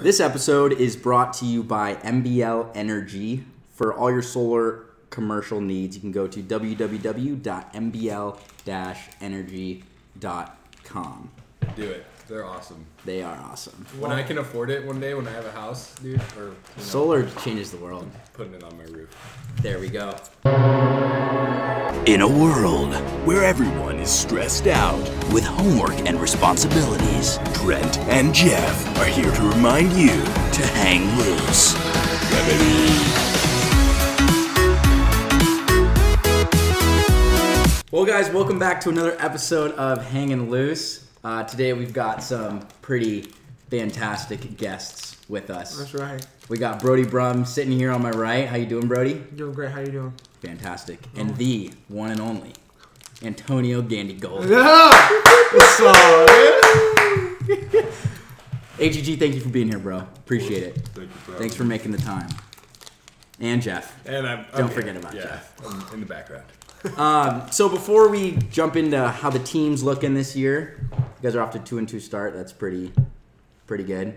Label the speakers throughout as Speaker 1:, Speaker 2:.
Speaker 1: This episode is brought to you by MBL Energy. For all your solar commercial needs, you can go to www.mbl-energy.com.
Speaker 2: Do it. They're awesome.
Speaker 1: They are awesome.
Speaker 2: When I can afford it one day, when I have a house, dude, or you know,
Speaker 1: Solar changes the world.
Speaker 2: putting it on my roof.
Speaker 1: There we go.
Speaker 3: In a world where everyone is stressed out with homework and responsibilities, Trent and Jeff are here to remind you to hang loose. Yeah, baby.
Speaker 1: Well, guys, welcome back to another episode of Hanging Loose. Uh, today we've got some pretty fantastic guests with us.
Speaker 4: That's right.
Speaker 1: We got Brody Brum sitting here on my right. How you doing, Brody?
Speaker 4: Doing great. How you doing?
Speaker 1: Fantastic.
Speaker 4: Oh.
Speaker 1: And the one and only Antonio Gandy Gold.
Speaker 4: Yeah. What's up?
Speaker 1: AGG, thank you for being here, bro. Appreciate it.
Speaker 2: Thank you for having
Speaker 1: Thanks for
Speaker 2: me.
Speaker 1: making the time. And Jeff.
Speaker 2: And I'm,
Speaker 1: Don't
Speaker 2: okay,
Speaker 1: forget about
Speaker 2: yeah,
Speaker 1: Jeff.
Speaker 2: I'm in the background.
Speaker 1: So before we jump into how the team's looking this year, you guys are off to two and two start. That's pretty pretty good.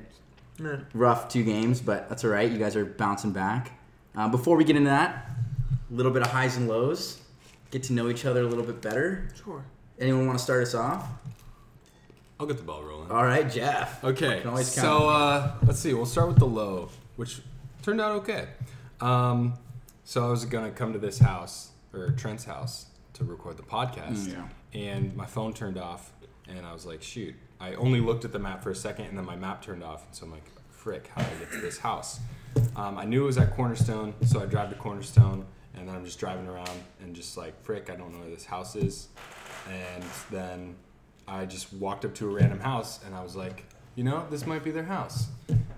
Speaker 4: Man,
Speaker 1: rough two games, but that's all right. You guys are bouncing back. Uh, before we get into that, a little bit of highs and lows. Get to know each other a little bit better.
Speaker 4: sure.
Speaker 1: Anyone want to start us off?
Speaker 2: I'll get the ball rolling.
Speaker 1: All right, Jeff.
Speaker 2: Okay.
Speaker 1: Can always count.
Speaker 2: So uh, let's see. We'll start with the low, which turned out okay. Um, so I was gonna come to this house or Trent's house to record the podcast,
Speaker 1: Mm,
Speaker 2: and my phone turned off, and I was like, shoot. I only looked at the map for a second, and then my map turned off, and so I'm like, frick, how do I get to this house? Um, I knew it was at Cornerstone, so I drive to Cornerstone, and then I'm just driving around and just like, frick, I don't know where this house is, and then I just walked up to a random house and I was like, you know, this might be their house.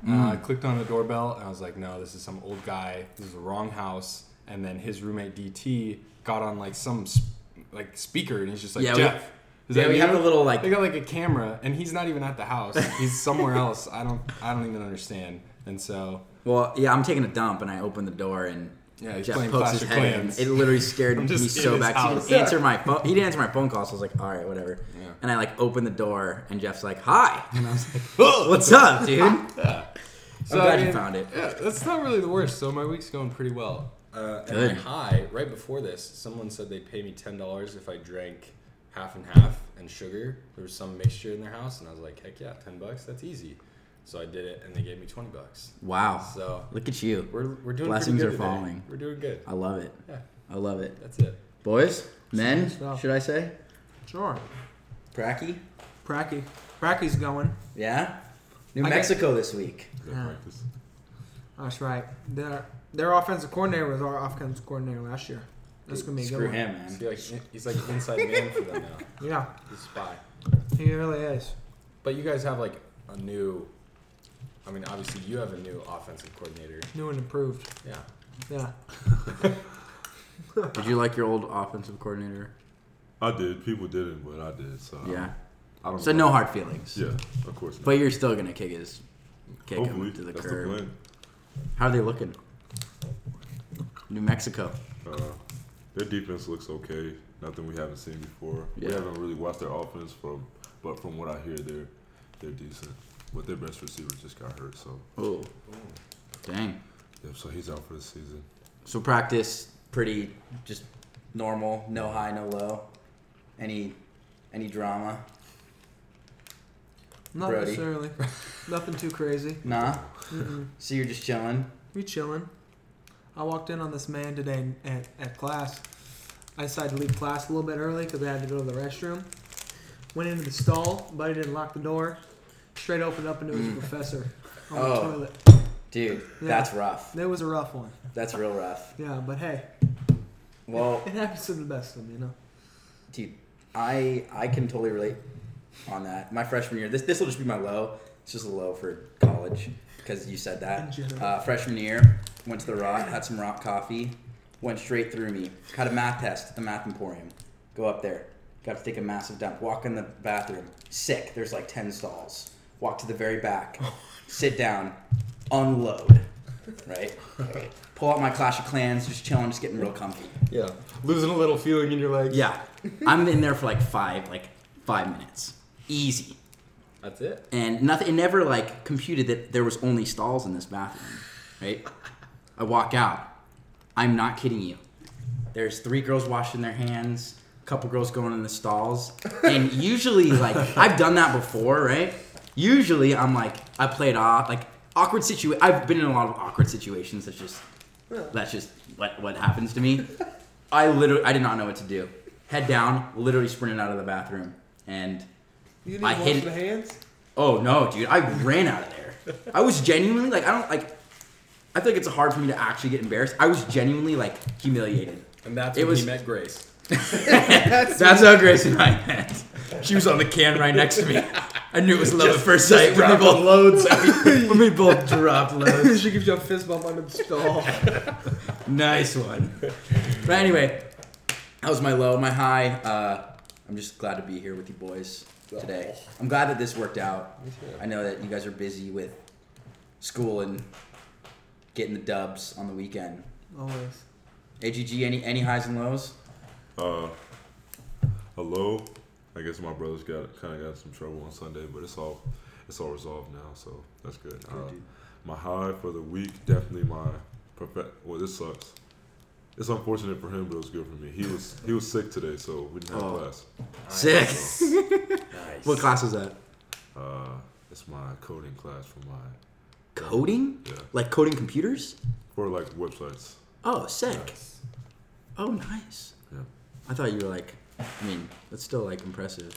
Speaker 1: Hmm.
Speaker 2: Uh, I clicked on the doorbell and I was like, no, this is some old guy. This is the wrong house. And then his roommate DT got on like some sp- like speaker and he's just like,
Speaker 1: Yeah, we-
Speaker 2: Jeff. is
Speaker 1: yeah,
Speaker 2: that
Speaker 1: we
Speaker 2: you?"
Speaker 1: have a little, like-
Speaker 2: they got like a camera and he's not even at the house. He's somewhere else. I don't I don't even understand. And so
Speaker 1: Well, yeah, I'm taking a dump and I open the door and
Speaker 2: Yeah, he's
Speaker 1: Jeff
Speaker 2: playing
Speaker 1: pokes
Speaker 2: Clash
Speaker 1: his
Speaker 2: of
Speaker 1: head in.
Speaker 2: Clans.
Speaker 1: It literally scared
Speaker 2: I'm
Speaker 1: me
Speaker 2: just in
Speaker 1: so
Speaker 2: his
Speaker 1: bad. 'cause
Speaker 2: house.
Speaker 1: He didn't answer my phone. He didn't answer my phone call, so I was like, all right, whatever.
Speaker 2: Yeah.
Speaker 1: And I like opened the door and Jeff's like, hi, and I was like, what's up, dude?
Speaker 2: So,
Speaker 1: glad you found it.
Speaker 2: Yeah, that's not really the worst. So my week's going pretty well. Uh, and
Speaker 1: Good.
Speaker 2: my high right before this, someone said they'd pay me ten dollars if I drank half and half and sugar. There was some mixture in their house, and I was like, heck yeah, ten bucks, that's easy. So I did it, and they gave me twenty bucks.
Speaker 1: Wow.
Speaker 2: So
Speaker 1: Look at you.
Speaker 2: we're we're doing
Speaker 1: Blessings
Speaker 2: pretty good
Speaker 1: are
Speaker 2: today.
Speaker 1: falling. Uh,
Speaker 2: We're doing good.
Speaker 1: I love it.
Speaker 2: Yeah,
Speaker 1: I love it.
Speaker 2: that's it.
Speaker 1: Boys, men,
Speaker 4: stuff.
Speaker 1: should I say?
Speaker 4: Sure.
Speaker 1: Cracky?
Speaker 4: Pracky. Pracky's going.
Speaker 1: Yeah. New
Speaker 4: I got-
Speaker 1: Mexico this week.
Speaker 4: Yeah. practice. That's right. Their their offensive coordinator was our offensive coordinator last year. That's gonna be a
Speaker 1: Screw
Speaker 4: good.
Speaker 1: him,
Speaker 2: He's
Speaker 1: man.
Speaker 2: like, in- he's like an inside man for them now.
Speaker 4: One. Yeah,
Speaker 2: He's a spy.
Speaker 4: he really is.
Speaker 2: But you guys have like a new. I mean, obviously you have a new offensive coordinator.
Speaker 4: New and improved.
Speaker 2: Yeah.
Speaker 4: Yeah.
Speaker 1: Did you like your old offensive coordinator?
Speaker 5: I did. People didn't, but I did. So
Speaker 1: Yeah.
Speaker 5: I don't
Speaker 1: So
Speaker 5: know.
Speaker 1: no hard feelings.
Speaker 5: Yeah, of course. Not.
Speaker 1: But you're still gonna kick his kick
Speaker 5: hopefully
Speaker 1: him to the
Speaker 5: that's
Speaker 1: curb.
Speaker 5: the plan.
Speaker 1: How are they looking? New Mexico.
Speaker 5: Uh, their defense looks okay. Nothing we haven't seen before.
Speaker 1: Yeah.
Speaker 5: We haven't really watched their offense from, but from what I hear, they're they're decent. But their best receiver just got hurt, so
Speaker 1: Oh. Dang.
Speaker 5: yeah, so he's out for the season.
Speaker 1: So practice pretty just normal, no high, no low. Any any drama?
Speaker 4: Not
Speaker 1: Brody.
Speaker 4: necessarily. Nothing too crazy.
Speaker 1: Nah. So you're just chilling.
Speaker 4: We chilling. I walked in on this man today in- at, at class. I decided to leave class a little bit early because I had to go to the restroom. Went into the stall, buddy didn't lock the door. Straight opened up and it was a professor on the
Speaker 1: Mm. Oh.
Speaker 4: toilet.
Speaker 1: Dude,
Speaker 4: Yeah.
Speaker 1: that's rough.
Speaker 4: That was a rough one.
Speaker 1: That's real rough.
Speaker 4: Yeah, but hey,
Speaker 1: Well,
Speaker 4: it happens to the best of them, you know.
Speaker 1: dude, I I can totally relate on that. My freshman year, this this will just be my low. It's just a low for college because you said
Speaker 4: In
Speaker 1: that.
Speaker 4: general.
Speaker 1: Uh, freshman year, went to the Rock, had some Rock coffee, went straight through me. Had a math test at the Math Emporium. Go up there, got to take a massive dump. Walk in the bathroom, sick. There's like ten stalls. Walk to the very back, sit down, unload, right? Pull out my Clash of Clans, just chilling, just getting real comfy.
Speaker 2: Yeah. Losing a little feeling in your legs.
Speaker 1: Yeah. I'm in there for like five, like five minutes. Easy.
Speaker 2: That's it.
Speaker 1: and nothing. It never like computed that there was only stalls in this bathroom, right? I walk out. I'm not kidding you. There's three girls washing their hands, a couple girls going in the stalls, and usually like I've done that before, right? Usually I'm like I play it off like awkward situ. I've been in a lot of awkward situations. That's just that's just what what happens to me. I literally I did not know what to do. Head down, literally sprinted out of the bathroom, and
Speaker 4: You
Speaker 1: I
Speaker 4: didn't
Speaker 1: hid-
Speaker 4: wash the hands.
Speaker 1: Oh no, dude! I ran out of there. I was genuinely like, I don't like. I feel like it's hard for me to actually get embarrassed. I was genuinely like humiliated.
Speaker 2: And that's
Speaker 1: It
Speaker 2: when
Speaker 1: was-
Speaker 2: he met Grace.
Speaker 1: That's, how Grace and I met. She was on the can right next to me. I knew it was love at first sight when we both loads. when we both dropped loads.
Speaker 4: she gives you a fist bump under the stall.
Speaker 1: Nice one. But anyway, that was my low, my high. Uh, I'm just glad to be here with you boys today. I'm glad that this worked out. I know that you guys are busy with school and getting the dubs on the weekend.
Speaker 4: Always.
Speaker 1: AGG, any any highs and lows?
Speaker 5: Uh, hello. I guess my brother's got kind of got some trouble on Sunday, but it's all it's all resolved now, so that's good. Uh, my high for the week definitely my perfect. Well, this sucks. It's unfortunate for him, but it was good for me. He was he was sick today, so we didn't have
Speaker 1: Oh.
Speaker 5: class.
Speaker 1: Sick.
Speaker 2: Nice.
Speaker 1: What class was that?
Speaker 5: Uh, it's my coding class for my
Speaker 1: Coding?
Speaker 5: yeah
Speaker 1: Like coding computers?
Speaker 5: for like websites.
Speaker 1: Oh, sick. Oh, nice.
Speaker 5: Yeah.
Speaker 1: I thought you were like, I mean, that's still like impressive.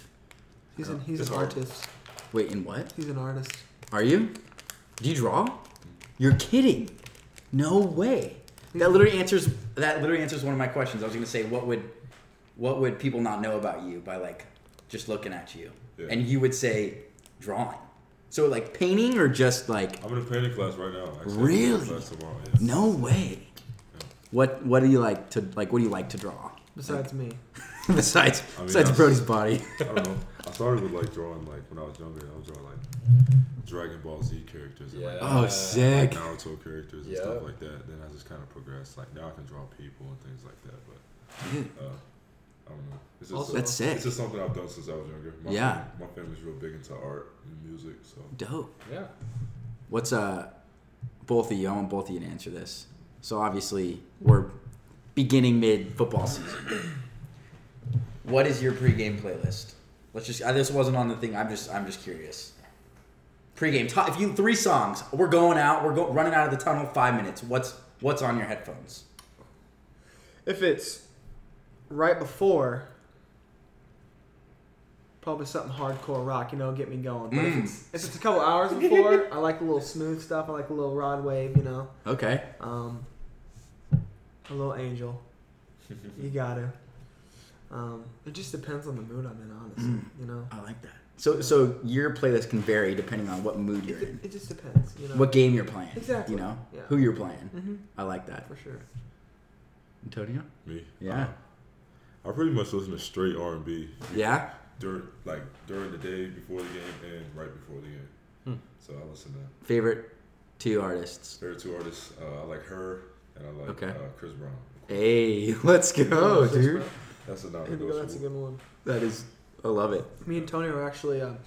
Speaker 4: He's an he's
Speaker 5: It's
Speaker 4: an
Speaker 5: hard.
Speaker 4: artist.
Speaker 1: Wait, in what?
Speaker 4: He's an artist.
Speaker 1: Are you? Do you draw? You're kidding. No way. That literally answers that literally answers one of my questions. I was gonna say what would what would people not know about you by like just looking at you?
Speaker 5: Yeah.
Speaker 1: And you would say drawing. So like painting or just like
Speaker 5: I'm in a painting class right now. actually. I'm in a
Speaker 1: Really?
Speaker 5: Class tomorrow, yeah.
Speaker 1: no way. What what do you like to like what do you like to draw?
Speaker 4: Besides me.
Speaker 1: besides
Speaker 5: I mean,
Speaker 1: besides
Speaker 5: that's-
Speaker 1: Brody's body.
Speaker 5: I don't know. I started with like drawing like when I was younger. I was drawing like Dragon Ball Z characters and like
Speaker 2: Yeah.
Speaker 1: Oh
Speaker 2: Uh,
Speaker 1: sick.
Speaker 5: Naruto characters and
Speaker 2: Yeah.
Speaker 5: stuff like that. Then I just kind of progressed. Like now I can draw people and things like that. But uh, I don't know. It's just, uh,
Speaker 4: Also-
Speaker 1: That's sick.
Speaker 5: it's just something I've done since I was younger. My
Speaker 1: Yeah.
Speaker 5: Family, my family's real big into art and music, so
Speaker 1: Dope.
Speaker 2: Yeah.
Speaker 1: What's uh, both of you? I want both of you to answer this. So obviously we're beginning mid football season. What is your pregame playlist? Let's just. I, this wasn't on the thing. I'm just. I'm just curious. Pregame. Top, if you three songs, we're going out. We're go, running out of the tunnel. Five minutes. What's What's on your headphones?
Speaker 4: If it's right before, probably something hardcore rock, you know, get me going. But
Speaker 5: Mm.
Speaker 4: if, it's, if it's a couple hours before, I like a little smooth stuff. I like a little rod wave, you know,
Speaker 1: Okay.
Speaker 4: um, a little angel. You gotta. Um, it just depends on the mood I'm in,
Speaker 1: Mm.
Speaker 4: honestly. You know,
Speaker 1: I like that. So so your playlist can vary depending on what mood you're in,
Speaker 4: it, it just depends. You know,
Speaker 1: what game you're playing.
Speaker 4: Exactly.
Speaker 1: You know
Speaker 4: Yeah.
Speaker 1: who you're playing.
Speaker 4: Mhm.
Speaker 1: I like that.
Speaker 4: for sure.
Speaker 1: Antonio.
Speaker 5: me.
Speaker 1: Yeah.
Speaker 5: uh, I pretty much listen to straight R and B
Speaker 1: Yeah.
Speaker 5: during like during the day before the game and right before the game.
Speaker 1: Hmm.
Speaker 5: So I listen to
Speaker 1: Favorite two artists.
Speaker 5: there are two artists. Uh, I like her and I like
Speaker 1: Okay.
Speaker 5: uh, Chris Brown.
Speaker 1: Hey, let's go, Oh, dude.
Speaker 5: That's a non
Speaker 4: Here we go. That's a
Speaker 5: negotiable.
Speaker 4: good one.
Speaker 1: That is, I love it.
Speaker 4: Me and Tony are actually um,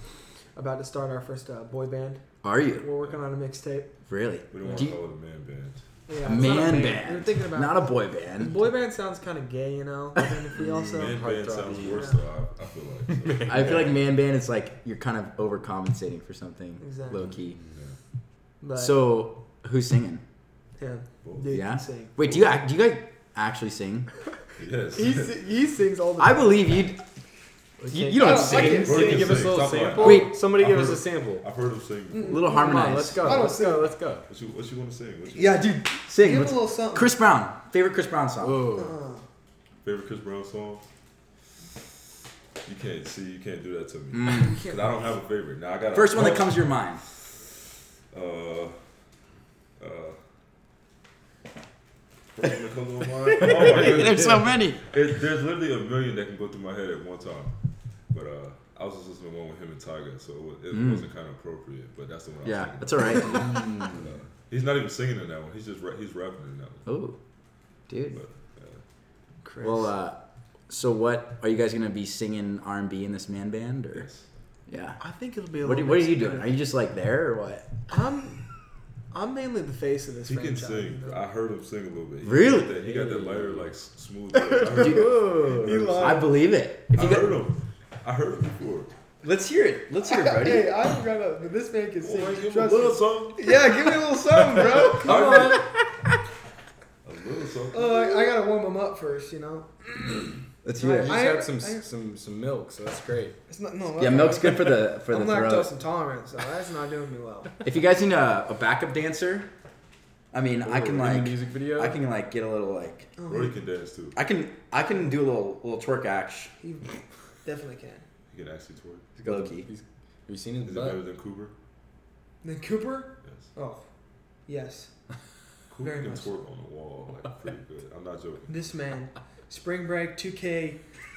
Speaker 4: about to start our first uh, boy band.
Speaker 1: Are you
Speaker 4: We're working on a mixtape.
Speaker 1: really?
Speaker 5: We don't want
Speaker 1: Do
Speaker 5: to
Speaker 1: you-
Speaker 5: call it a man band.
Speaker 4: Yeah, it's not a
Speaker 1: man band,
Speaker 4: I'm thinking about
Speaker 1: not a boy
Speaker 4: And
Speaker 1: band.
Speaker 4: boy band sounds kind of gay, you know. But then if we also
Speaker 5: man band
Speaker 2: heartthrob
Speaker 5: sounds
Speaker 2: is
Speaker 5: worse,
Speaker 4: yeah.
Speaker 5: though, I, I feel like. So.
Speaker 1: I feel like man band is like you're kind of overcompensating for something
Speaker 4: Exactly.
Speaker 1: low key.
Speaker 5: yeah.
Speaker 4: but
Speaker 1: So who's singing?
Speaker 4: yeah,
Speaker 5: Well,
Speaker 4: dude
Speaker 1: Yeah?
Speaker 4: can sing.
Speaker 1: Wait, do you act, do you guys actually sing?
Speaker 5: Yes.
Speaker 4: He, si- he sings all the
Speaker 1: I believe you. You, you don't
Speaker 6: I
Speaker 1: sing.
Speaker 6: can sing.
Speaker 5: can
Speaker 6: Give us a
Speaker 5: sing.
Speaker 6: little
Speaker 5: Stop lying.
Speaker 6: sample.
Speaker 1: Wait.
Speaker 6: somebody give us
Speaker 5: I've
Speaker 6: a
Speaker 5: heard-
Speaker 6: sample.
Speaker 5: I've heard him sing before.
Speaker 1: Little
Speaker 6: Come
Speaker 1: harmonize.
Speaker 6: on, let's go.
Speaker 4: I don't
Speaker 6: Let's go. Let's go.
Speaker 5: What you, what you want to sing? What's your
Speaker 1: Yeah, dude, sing.
Speaker 4: Give
Speaker 1: What's-
Speaker 4: a little something.
Speaker 1: Chris Brown, favorite Chris Brown song.
Speaker 2: Oh.
Speaker 5: favorite Chris Brown song? You can't see. You can't do that to me.
Speaker 1: Mm.
Speaker 5: 'Cause I don't have a favorite. Now I got
Speaker 1: First one that comes to your mind.
Speaker 5: Uh, uh, first one that comes to mind. Oh my goodness.
Speaker 1: There's so many.
Speaker 5: It, there's literally a million that can go through my head at one time. But uh, I was just listening to one with him and Tiger, so it, wa- it
Speaker 1: Mm.
Speaker 5: wasn't kind of appropriate. But that's the one.
Speaker 1: Yeah,
Speaker 5: I was
Speaker 1: that's all right.
Speaker 5: thinking. Uh, he's not even singing in that one. He's just ra- he's rapping in that one.
Speaker 1: oh, dude.
Speaker 5: But uh,
Speaker 4: Chris.
Speaker 1: uh, Well, uh, so what are you guys gonna be singing R and B in this man band? Or
Speaker 5: yes,
Speaker 1: Yeah.
Speaker 4: I think it'll be a
Speaker 1: What, do,
Speaker 4: little
Speaker 1: what are
Speaker 4: bit
Speaker 1: you doing? Are
Speaker 4: smoother.
Speaker 1: you just like there or what?
Speaker 4: I'm I'm mainly the face of this
Speaker 5: He can
Speaker 4: franchise.
Speaker 5: sing. I heard him sing a little bit. He
Speaker 1: Really?
Speaker 5: Got that, he got that lighter, like s- smooth. voice. I heard him.
Speaker 1: Dude, I believe it. If
Speaker 5: I
Speaker 1: you
Speaker 5: heard
Speaker 1: go,
Speaker 5: him. I heard him before.
Speaker 1: let's hear it. Let's hear it, buddy.
Speaker 4: Hey, I'm gonna. but This man can sing.
Speaker 5: Well, give him a
Speaker 4: Trust
Speaker 5: little
Speaker 4: me.
Speaker 5: something.
Speaker 4: Yeah, give me a little something, bro.
Speaker 5: Come on. A little something.
Speaker 4: Oh, I, I gotta warm him up first, you know.
Speaker 1: Let's hear
Speaker 2: You
Speaker 1: it.
Speaker 2: just
Speaker 4: I-
Speaker 2: had some
Speaker 4: I-
Speaker 2: some some milk, so that's great.
Speaker 4: It's not no.
Speaker 1: Yeah, milk's good for the for the
Speaker 4: I'm
Speaker 1: throat.
Speaker 4: lactose intolerant, so that's not doing me well.
Speaker 1: If you guys need a, a backup dancer, I mean, I can
Speaker 2: in
Speaker 1: like
Speaker 2: the music video.
Speaker 1: I can like get a little like
Speaker 4: Oh,
Speaker 5: Roy can dance too.
Speaker 1: I can I can do a little little twerk action.
Speaker 4: You definitely can.
Speaker 5: He can actually twerk.
Speaker 2: He's got the-
Speaker 1: Loki.
Speaker 2: he's- Have you seen his
Speaker 5: Is it
Speaker 2: butt?
Speaker 5: better than Cooper?
Speaker 4: Then Cooper.
Speaker 5: Yes.
Speaker 4: Oh, yes.
Speaker 5: Cooper
Speaker 4: Very
Speaker 5: can
Speaker 4: much.
Speaker 5: twerk on the wall like pretty good. I'm not joking.
Speaker 4: This man. Spring Break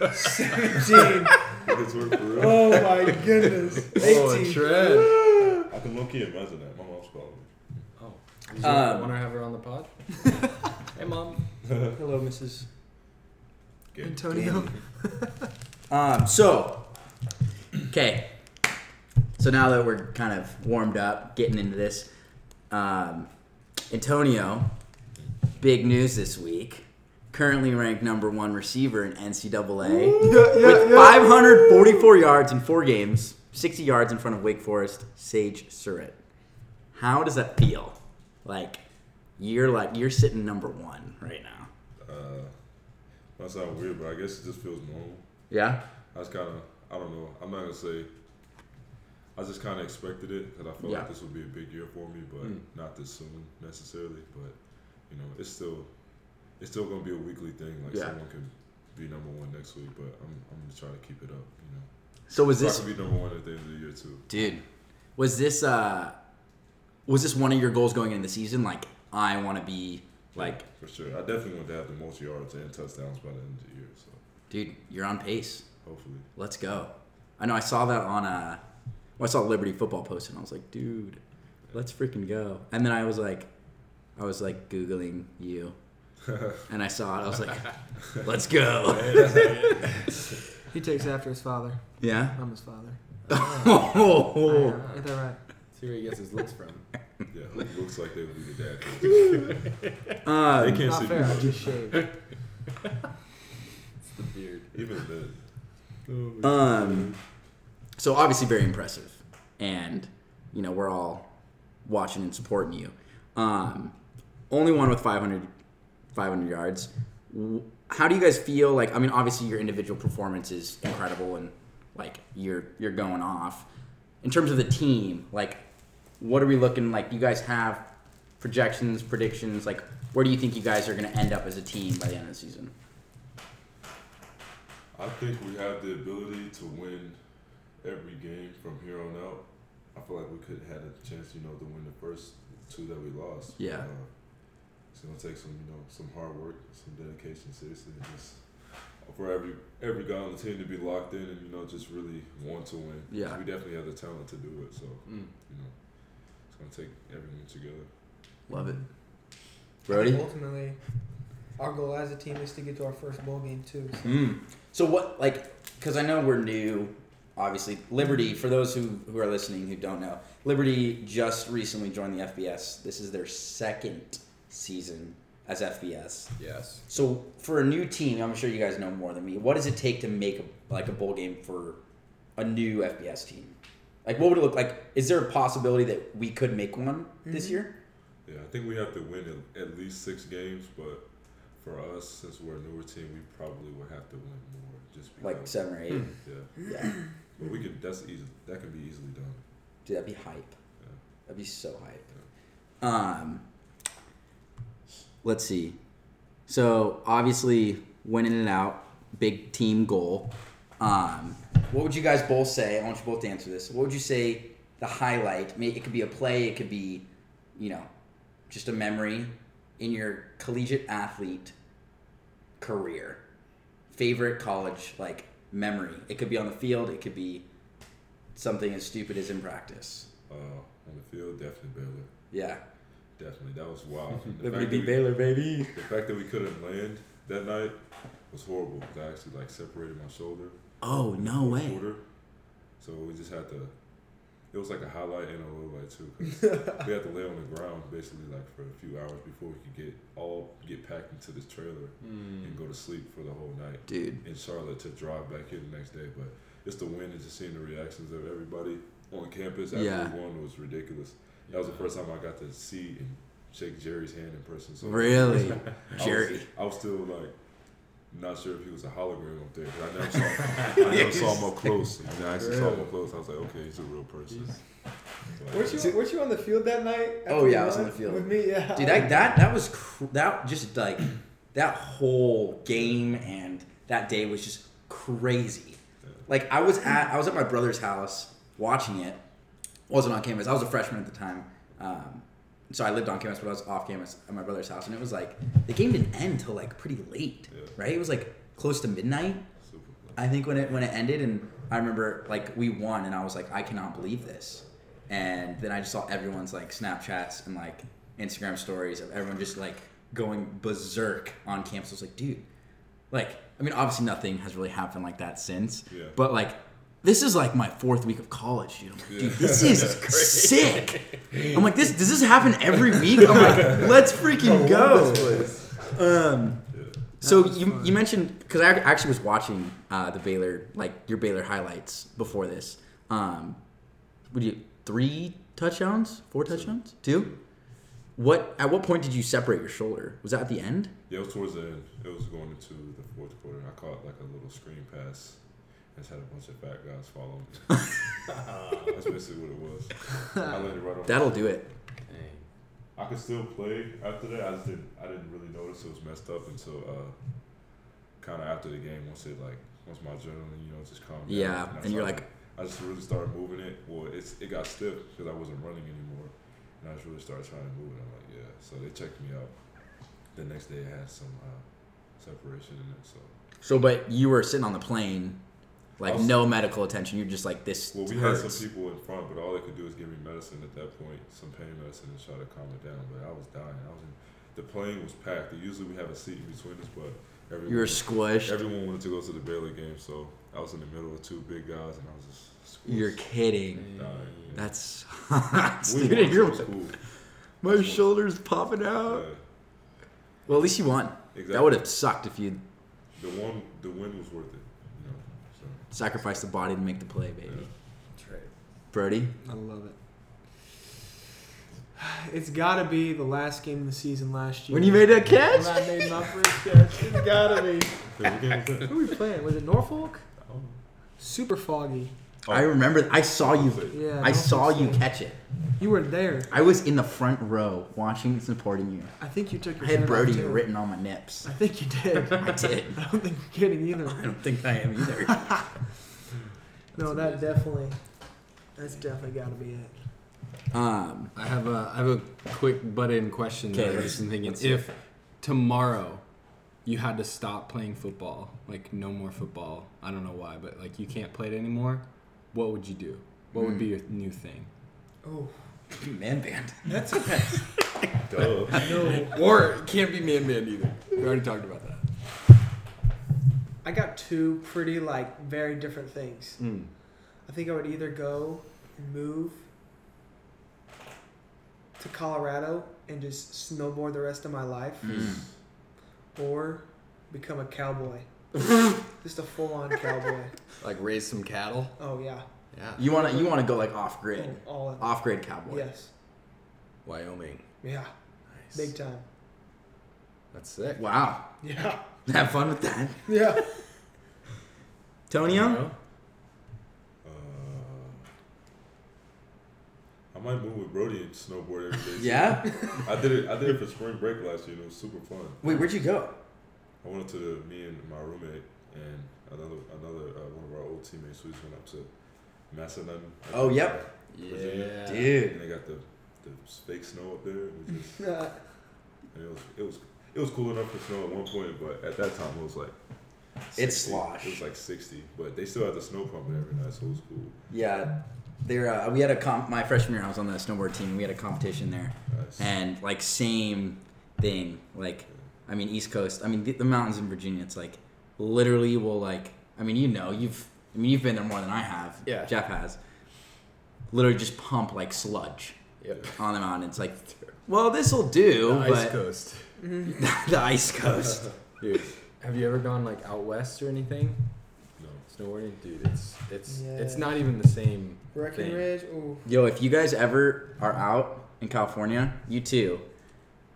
Speaker 4: 2K17.
Speaker 5: He can twerk for real.
Speaker 4: oh my goodness. 18.
Speaker 2: Oh, Trent.
Speaker 5: I can low key imagine that. My mom's calling me.
Speaker 2: Oh, did you
Speaker 1: Um,
Speaker 2: want to have her on the pod? hey, mom.
Speaker 1: Hello, Mrs.
Speaker 5: Game.
Speaker 4: Antonio.
Speaker 1: Um, so, okay. So now that we're kind of warmed up, getting into this, um, Antonio, big news this week. Currently ranked number one receiver in NCAA
Speaker 4: Yeah,
Speaker 1: with 544 yards in four games, 60 yards in front of Wake Forest Sage Surratt. How does that feel? Like you're like you're sitting number one right now.
Speaker 5: Uh, that sounds weird, but I guess it just feels normal.
Speaker 1: Yeah.
Speaker 5: I just kind of, I don't know. I'm not gonna say. I just kind of expected it because I felt
Speaker 1: Yeah. Mm.
Speaker 5: like this would be a big year for me, but not this soon necessarily. But you know, it's still, it's still gonna be a weekly thing. Like
Speaker 1: Yeah.
Speaker 5: someone could be number one next week, but I'm, I'm just trying to keep it up. You know,
Speaker 1: So was
Speaker 5: So
Speaker 1: this
Speaker 5: I could be number one at the end of the year too.
Speaker 1: Dude, was this uh was this one of your goals going into the season? Like I want to be like,
Speaker 5: for sure. I definitely want to have the most yards and touchdowns by the end of the year. So
Speaker 1: dude, you're on pace.
Speaker 5: hopefully,
Speaker 1: Let's go. I know I saw that on uh well, I saw Liberty football post and I was like, dude, let's freaking go. And then I was like, I was like googling you, and I saw it. I was like, let's go.
Speaker 4: He takes after his father.
Speaker 1: Yeah.
Speaker 4: I'm his father.
Speaker 1: Oh.
Speaker 4: Ain't that right?
Speaker 2: See where he gets his looks from.
Speaker 5: yeah, it looks like they would be the dad. they
Speaker 1: Um,
Speaker 5: can't
Speaker 4: Not
Speaker 5: see
Speaker 4: fair.
Speaker 5: me.
Speaker 4: I just shaved.
Speaker 2: It's the beard.
Speaker 5: Even then,
Speaker 1: Um, so obviously very impressive, and you know we're all watching and supporting you. Um, only one with 500, 500 yards. W- How do you guys feel? Like, I mean, obviously your individual performance is incredible, and like you're you're going off. In terms of the team, like, what are we looking like? You guys have projections, predictions. Like, where do you think you guys are going to end up as a team by the end of the season?
Speaker 5: I think we have the ability to win every game from here on out. I feel like we could have had a chance, you know, to win the first two that we lost.
Speaker 1: Yeah.
Speaker 5: Uh, it's gonna take some, you know, some hard work, some dedication, seriously, and just for every every guy on the team to be locked in and you know just really want to win. 'Cause
Speaker 1: Yeah.
Speaker 5: We definitely have the talent to do it, so
Speaker 2: Mm.
Speaker 5: you know, it's gonna take everyone together.
Speaker 1: Love it, Brody.
Speaker 4: Ultimately, our goal as a team is to get to our first bowl game too. So
Speaker 1: Mm. So what, like, because I know we're new, obviously. Liberty, for those who, who are listening who don't know, Liberty just recently joined the FBS. This is their second season as FBS.
Speaker 2: Yes.
Speaker 1: So for a new team, I'm sure you guys know more than me. What does it take to make a, like a bowl game for a new FBS team? Like, what would it look like? Is there a possibility that we could make one this year?
Speaker 5: Yeah, I think we have to win at, at least six games, but for us, since we're a newer team, we probably would have to win more just because.
Speaker 1: Like seven or eight?
Speaker 5: Hmm. Yeah,
Speaker 1: Yeah,
Speaker 5: but we could. That's easy. That could be easily done.
Speaker 1: dude, that'd be hype.
Speaker 5: Yeah.
Speaker 1: That'd be so hype. Um, let's see. So obviously, winning it out, big team goal. Um, what would you guys both say? I want you both to answer this. What would you say the highlight? may- It could be a play. It could be, you know, just a memory in your collegiate athlete career. Favorite college like memory. It could be on the field. It could be something as stupid as in practice.
Speaker 5: Uh, on the field, definitely Baylor.
Speaker 1: Yeah.
Speaker 5: Definitely, that was wild. And the,
Speaker 1: Liberty
Speaker 5: fact that
Speaker 1: beat
Speaker 5: we,
Speaker 1: Baylor, baby.
Speaker 5: the fact that we couldn't land that night was horrible. 'cause I actually like separated my shoulder
Speaker 1: Oh no way!
Speaker 5: quarter, So we just had to. It was like a highlight and a lowlight too. 'cause we had to lay on the ground basically like for a few hours before we could get all get packed into this trailer and go to sleep for the whole night
Speaker 1: Dude,
Speaker 5: in Charlotte to drive back here the next day. But it's the win and just seeing the reactions of everybody on campus after
Speaker 1: Yeah.
Speaker 5: we won was ridiculous. That was the first time I got to see and shake Jerry's hand in person. So
Speaker 1: really?
Speaker 5: I was-
Speaker 1: Jerry.
Speaker 5: I was still like not sure if he was a hologram up there. 'cause I never saw, I never saw him up close. And I actually saw him up close. I was like, okay, he's a real person. Like,
Speaker 6: Weren't you Weren't you on the field that night?
Speaker 1: Oh,
Speaker 6: after
Speaker 1: yeah,
Speaker 6: you
Speaker 1: I was on
Speaker 6: won?
Speaker 1: the field.
Speaker 6: with me. Yeah,
Speaker 1: Dude, that that that was cr- that just like that whole game and that day was just crazy. Like I was at I was at my brother's house watching it. wasn't on campus. I was a freshman at the time, um, so I lived on campus, but I was off campus at my brother's house. And it was like the game didn't end till like pretty late,
Speaker 5: Yeah.
Speaker 1: right? It was like close to midnight.
Speaker 5: Super cool.
Speaker 1: I think when it when it ended, and I remember like we won, and I was like, I cannot believe this. And then I just saw everyone's like Snapchats and like Instagram stories of everyone just like going berserk on campus. I was like, dude, like I mean, obviously nothing has really happened like that since,
Speaker 5: Yeah.
Speaker 1: but like. This is like my fourth week of college, dude. I'm like, dude, this is sick. I'm like, this does this happen every week? I'm like, let's freaking go. Um, so you, you mentioned because I actually was watching uh, the Baylor like your Baylor highlights before this. Um, would you three touchdowns, four touchdowns, two? What at what point did you separate your shoulder? Was that at the end?
Speaker 5: Yeah, it was towards the end. It was going into the fourth quarter. I caught like a little screen pass. I just had a bunch of fat guys follow me. That's basically what it was. I landed right on.
Speaker 1: That'll do it.
Speaker 5: I could still play after that. I just didn't. I didn't really notice it was messed up until uh, kind of after the game. Once it like once my adrenaline, you know, just calmed down.
Speaker 1: Yeah,
Speaker 5: I
Speaker 1: and you're
Speaker 5: started-
Speaker 1: like-
Speaker 5: I just really started moving it. Well, it's it got stiff because I wasn't running anymore, and I just really started trying to move it. I'm like, yeah. So they checked me out. The next day, I had some uh, separation in it. So
Speaker 1: So, but you were sitting on the plane,
Speaker 5: I
Speaker 1: like
Speaker 5: was-
Speaker 1: no medical attention. You're just like this.
Speaker 5: well, we
Speaker 1: hurts.
Speaker 5: had some people in front, but all they could do was give me medicine at that point, some pain medicine, and try to calm it down. But I was dying. I was in, the plane was packed. Usually we have a seat between us, but everyone
Speaker 1: You were squished.
Speaker 5: Everyone wanted to go to the Baylor game, so I was in the middle of two big guys, and I was just squeezed.
Speaker 1: You're kidding.
Speaker 5: Nah, yeah.
Speaker 1: That sucks,
Speaker 5: We
Speaker 1: dude.
Speaker 5: won, so
Speaker 1: You're
Speaker 5: it was
Speaker 1: like,
Speaker 5: cool.
Speaker 1: my shoulder's popping out.
Speaker 5: Yeah.
Speaker 1: Well, at least you won.
Speaker 5: Exactly.
Speaker 1: That would have sucked if you
Speaker 5: The one, the win was worth it. You know,
Speaker 1: sacrificed the body to make the play, baby.
Speaker 5: Yeah.
Speaker 1: Brody,
Speaker 4: I love it. It's gotta be the last game of the season last year.
Speaker 1: when you made that
Speaker 4: When
Speaker 1: catch,
Speaker 4: I made my first catch. It's gotta be.
Speaker 5: so.
Speaker 4: Who were we playing? Was it Norfolk?
Speaker 1: Oh.
Speaker 4: Super foggy.
Speaker 1: I remember. I saw you.
Speaker 4: Yeah.
Speaker 1: I
Speaker 4: Norfolk
Speaker 1: saw you
Speaker 4: State.
Speaker 1: catch it.
Speaker 4: You were there.
Speaker 1: I was in the front row watching and supporting you.
Speaker 4: I think you took your
Speaker 1: I had
Speaker 4: shirt off,
Speaker 1: Brody
Speaker 4: too.
Speaker 1: written on my nips.
Speaker 4: I think you did.
Speaker 1: I did.
Speaker 4: I don't think you're kidding either.
Speaker 1: I don't think I am either.
Speaker 4: no, that definitely. That's definitely gotta be it.
Speaker 1: Um,
Speaker 2: I have a I have a quick butt in question that
Speaker 1: Okay,
Speaker 2: I've
Speaker 1: let's-
Speaker 2: just been thinking.
Speaker 1: let's-
Speaker 2: If tomorrow you had to stop playing football, like no more football, I don't know why, but like you can't play it anymore, what would you do? What would be your new thing?
Speaker 4: Oh
Speaker 1: man band.
Speaker 4: that's okay.
Speaker 5: Duh.
Speaker 4: no.
Speaker 2: Or it can't be man man either. We already talked about that.
Speaker 4: I got two pretty like very different things.
Speaker 1: Hmm.
Speaker 2: Mm.
Speaker 4: I think I would either go and move to Colorado and just snowboard the rest of my life,
Speaker 1: Hmm.
Speaker 4: or become a cowboy. just a full on cowboy.
Speaker 2: Like raise some cattle.
Speaker 4: Oh yeah,
Speaker 2: Yeah.
Speaker 1: You wanna you wanna go like off grid,
Speaker 4: all in.
Speaker 1: off grid cowboy.
Speaker 4: Yes,
Speaker 2: Wyoming.
Speaker 4: yeah, big time.
Speaker 2: That's sick.
Speaker 1: Wow.
Speaker 4: Yeah,
Speaker 1: Have fun with that,
Speaker 4: yeah.
Speaker 1: Tonio.
Speaker 5: Uh, I might move with Brody and snowboard every day. too.
Speaker 1: Yeah.
Speaker 5: I did it. I did it for spring break last year. and It was super fun.
Speaker 1: Wait, where'd you go?
Speaker 5: I went up to the, me and my roommate and another another uh, one of our old teammates. We just went up to Macedon.
Speaker 1: Oh, yep.
Speaker 5: Virginia. And
Speaker 1: Dude.
Speaker 5: they got the, the fake snow up there. and We just
Speaker 4: Uh,
Speaker 5: And it was it was it was cool enough for snow at one point, but at that time it was like
Speaker 1: It's
Speaker 5: 60.
Speaker 1: slosh.
Speaker 5: It was like sixty, but they still had the snow pumping every night, so it was cool.
Speaker 1: Yeah, there. Uh, we had a comp. My freshman year, I was on the snowboard team. We had a competition there,
Speaker 5: Nice.
Speaker 1: and like same thing. Like, I mean, East Coast. I mean, the, the mountains in Virginia. It's like literally will like. I mean, you know, you've I mean, you've been there more than I have.
Speaker 2: Yeah.
Speaker 1: Jeff has. Literally just pump like sludge
Speaker 2: Yep.
Speaker 1: on and on. It's like, well, this will do,
Speaker 2: The Ice
Speaker 1: but
Speaker 2: Coast.
Speaker 1: the ice coast.
Speaker 2: Dude, have you ever gone like out west or anything?
Speaker 5: No.
Speaker 2: Snowboarding, dude. It's it's it's
Speaker 4: Yeah.
Speaker 2: not even the same.
Speaker 6: Breckenridge. Ooh.
Speaker 1: Yo, if you guys ever are out in California, you too.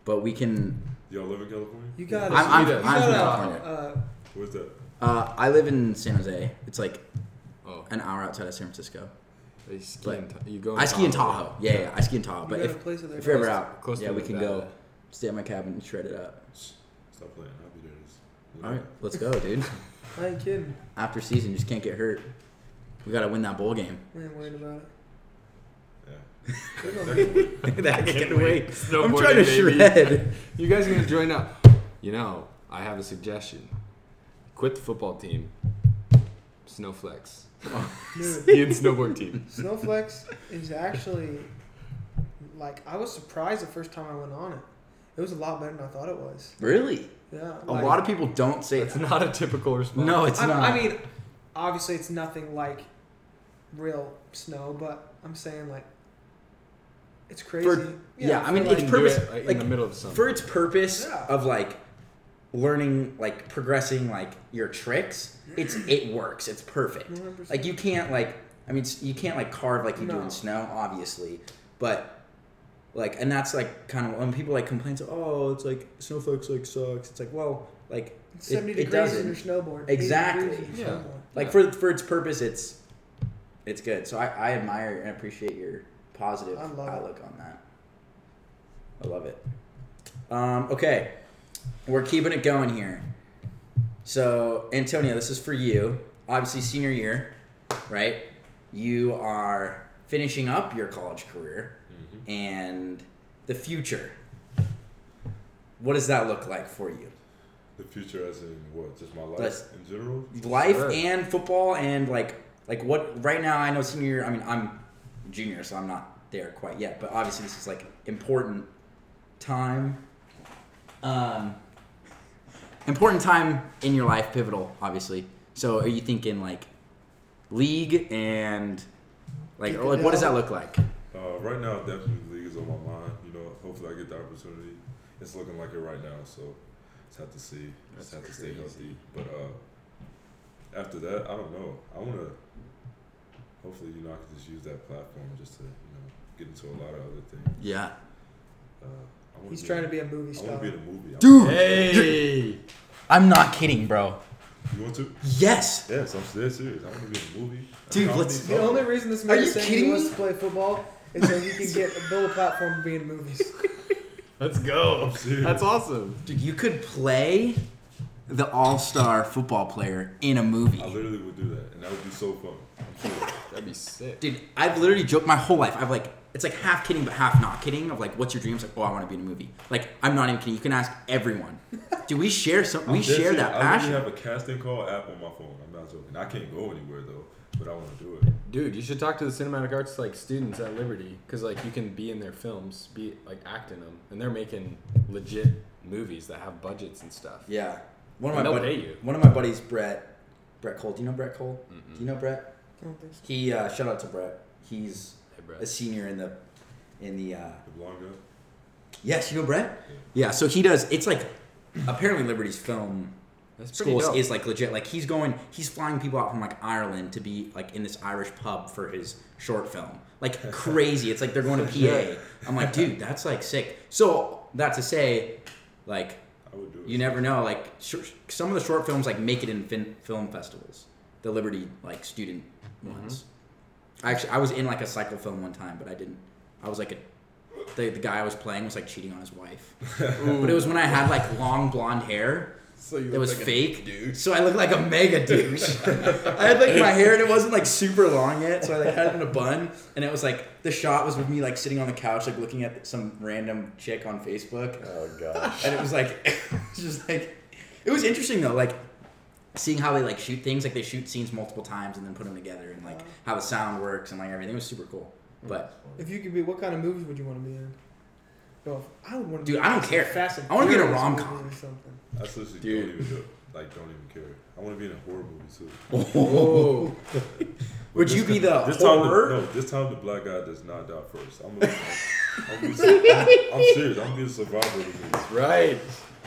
Speaker 1: But we can.
Speaker 5: Y'all live in California?
Speaker 6: You got
Speaker 1: I'm, I'm,
Speaker 2: Sweet.
Speaker 1: I'm from
Speaker 2: Shut
Speaker 1: California.
Speaker 6: Uh,
Speaker 5: Where's that?
Speaker 1: Uh, I live in San Jose. It's like
Speaker 2: Oh,
Speaker 1: an hour outside of San Francisco.
Speaker 2: they ski in Ta- you go.
Speaker 1: I ski in Oh, Tahoe. Yeah, yeah, I ski in Tahoe. But
Speaker 6: you got
Speaker 1: if,
Speaker 6: a place that
Speaker 1: if
Speaker 6: they're
Speaker 1: you're ever
Speaker 2: Close-
Speaker 1: out,
Speaker 2: close to
Speaker 1: yeah, we can go
Speaker 2: Nevada.
Speaker 1: stay at my cabin and shred it up.
Speaker 5: Stop playing. I'll be there. this-
Speaker 1: All right, let's go, dude.
Speaker 6: I ain't kidding.
Speaker 1: After season, just can't get hurt. We gotta win that bowl game.
Speaker 6: I ain't worried about it.
Speaker 5: Yeah.
Speaker 6: They're gonna be-
Speaker 1: that
Speaker 2: can't
Speaker 1: can't
Speaker 2: wait.
Speaker 1: wait. I'm
Speaker 2: Snowboarding,
Speaker 1: trying to
Speaker 2: baby.
Speaker 1: shred.
Speaker 2: You guys gonna join up? You know, I have a suggestion. Quit the football team. Snowflex.
Speaker 6: Dude,
Speaker 2: Ian snowboard team.
Speaker 6: Snowflex is actually like I was surprised the first time I went on it. It was a lot better than I thought it was.
Speaker 1: Really?
Speaker 6: Yeah.
Speaker 1: A lot of people don't say
Speaker 2: It's
Speaker 1: that.
Speaker 2: not a typical response.
Speaker 1: No, it's
Speaker 6: I,
Speaker 1: not.
Speaker 6: I mean, obviously it's nothing like real snow, but I'm saying like it's crazy.
Speaker 1: yeah, I
Speaker 6: for,
Speaker 1: mean,
Speaker 6: like,
Speaker 1: it's
Speaker 2: You
Speaker 1: per-
Speaker 2: do
Speaker 1: purpose-
Speaker 2: it, like, in
Speaker 1: like,
Speaker 2: the middle of summer.
Speaker 1: for its purpose
Speaker 6: Yeah.
Speaker 1: of like learning like progressing like your tricks it's it works it's perfect
Speaker 6: 100%.
Speaker 1: like you can't like i mean you can't like carve like you do
Speaker 6: No.
Speaker 1: in snow obviously but like and that's like kind of when people like complain so oh it's like snowflakes like sucks it's like well like
Speaker 6: it's
Speaker 1: it,
Speaker 6: 70
Speaker 1: it
Speaker 6: degrees in your
Speaker 1: doesn't
Speaker 6: snowboard. 80
Speaker 1: Exactly.
Speaker 6: degrees in your
Speaker 2: Yeah.
Speaker 6: snowboard.
Speaker 1: like for for its purpose it's it's good so i, I admire and appreciate your positive
Speaker 6: I love it.
Speaker 1: outlook on that i love it um, okay we're keeping it going here so antonio this is for you obviously senior year right you are finishing up your college career and the future what does that look like for you
Speaker 5: The future, as in what? Just my life
Speaker 1: Let's-
Speaker 5: in general?
Speaker 1: life
Speaker 2: Sure.
Speaker 1: and football and like like what right now I know senior year I mean I'm junior so I'm not there quite yet but obviously this is like important time um important time in your life pivotal obviously so are you thinking like league and like or, like what does that look like
Speaker 5: Uh, right now, definitely the league is on my mind. You know, hopefully I get the opportunity. It's looking like it right now, so just have to see. Just
Speaker 2: That's
Speaker 5: have to stay
Speaker 2: crazy.
Speaker 5: healthy. But uh, after that, I don't know. I want to. Hopefully, you know, I can just use that platform just to you know get into a lot of other things.
Speaker 1: yeah
Speaker 5: Uh, I wanna
Speaker 6: He's
Speaker 5: be
Speaker 6: trying
Speaker 5: in-
Speaker 6: to be a movie
Speaker 5: I
Speaker 6: star.
Speaker 5: want to be in a movie. I-
Speaker 1: dude
Speaker 2: Hey!
Speaker 1: I'm not kidding bro
Speaker 5: you want to?
Speaker 1: yes
Speaker 5: Yes, I'm dead serious. I want to be in a movie.
Speaker 1: Dude,
Speaker 5: I wanna
Speaker 1: let's-
Speaker 5: be-
Speaker 6: The only reason this
Speaker 1: Are
Speaker 6: man
Speaker 1: you
Speaker 6: said he
Speaker 1: kidding
Speaker 6: wants
Speaker 1: me?
Speaker 6: to play football is so he can get build a platform to be in movies.
Speaker 2: Let's go.
Speaker 5: I'm serious.
Speaker 2: That's awesome.
Speaker 1: dude you could play the all-star football player in a movie
Speaker 5: I literally would do that, and that would be so fun. I'm sure.
Speaker 2: That'd be sick.
Speaker 1: Dude, I've literally joked my whole life. I've like, it's like half kidding but half not kidding. Of like, what's your dreams? Like, oh, I want to be in a movie. Like, I'm not even kidding. You can ask everyone. Do we share some? We
Speaker 5: I'm dead
Speaker 1: share
Speaker 5: serious.
Speaker 1: that
Speaker 5: I
Speaker 1: passion.
Speaker 5: literally have a casting call app on my phone. I'm not joking. I can't go anywhere though, but I want to do it.
Speaker 2: Dude, you should talk to the cinematic arts like students at Liberty, cause like you can be in their films, be like act in them, and they're making legit movies that have budgets and stuff.
Speaker 1: Yeah, one of
Speaker 2: And
Speaker 1: my
Speaker 2: they'll
Speaker 1: buddy,
Speaker 2: pay you.
Speaker 1: one of my buddies, Brett, Brett Cole. Do you know Brett Cole? Do you know Brett?
Speaker 6: I don't think so.
Speaker 1: He uh, shout out to Brett. He's
Speaker 2: Hey, bro.
Speaker 1: a senior in the in the. Uh,
Speaker 5: The blonde girl.
Speaker 1: yes, you know Brett. Yeah, so he does. It's like apparently Liberty's film
Speaker 2: That's pretty
Speaker 1: schools
Speaker 2: dope.
Speaker 1: is like legit. Like he's going, he's flying people out from like Ireland to be like in this Irish pub for his short film. Like crazy. It's like they're going to PA. I'm like, dude, that's like sick. So that to say, like
Speaker 5: I would do it.
Speaker 1: you never know. Like sh- some of the short films like make it in fin- film festivals. The Liberty like student ones.
Speaker 2: Mm-hmm.
Speaker 1: I Actually, I was in like a cycle film one time, but I didn't. I was like a. The, the guy I was playing was like cheating on his wife, but it was when I had like long blonde hair,
Speaker 2: So you
Speaker 1: it
Speaker 2: look
Speaker 1: was
Speaker 2: like a
Speaker 1: fake, so I looked like a mega douche. I had like my hair and it wasn't like super long yet, so I like had it in a bun, and it was like the shot was with me like sitting on the couch, like looking at some random chick on Facebook,
Speaker 2: Oh god.
Speaker 1: and it was like, it was just like, it was interesting though, like seeing how they like shoot things, like they shoot scenes multiple times and then put them together, and like how the sound works and like everything it was super cool. But
Speaker 6: If you could be, what kind of movies would you want to be in? Well, I would want to.
Speaker 1: Dude,
Speaker 6: be
Speaker 1: I don't care.
Speaker 6: Fast and
Speaker 1: I wanna be in a
Speaker 6: Furious
Speaker 1: rom-com.
Speaker 6: movies Or something.
Speaker 5: I seriously
Speaker 2: Dude.
Speaker 5: don't even do it. like don't even care. I want to be in a horror movie too.
Speaker 1: Whoa.
Speaker 5: But
Speaker 1: Would
Speaker 5: this
Speaker 1: you be
Speaker 5: time-
Speaker 1: the
Speaker 5: this time the,
Speaker 1: horror?
Speaker 5: no? This time the black guy does not die first. I'm gonna, I'm, gonna be- I'm, I'm serious. I'm gonna be a survivor. Of this.
Speaker 2: Right.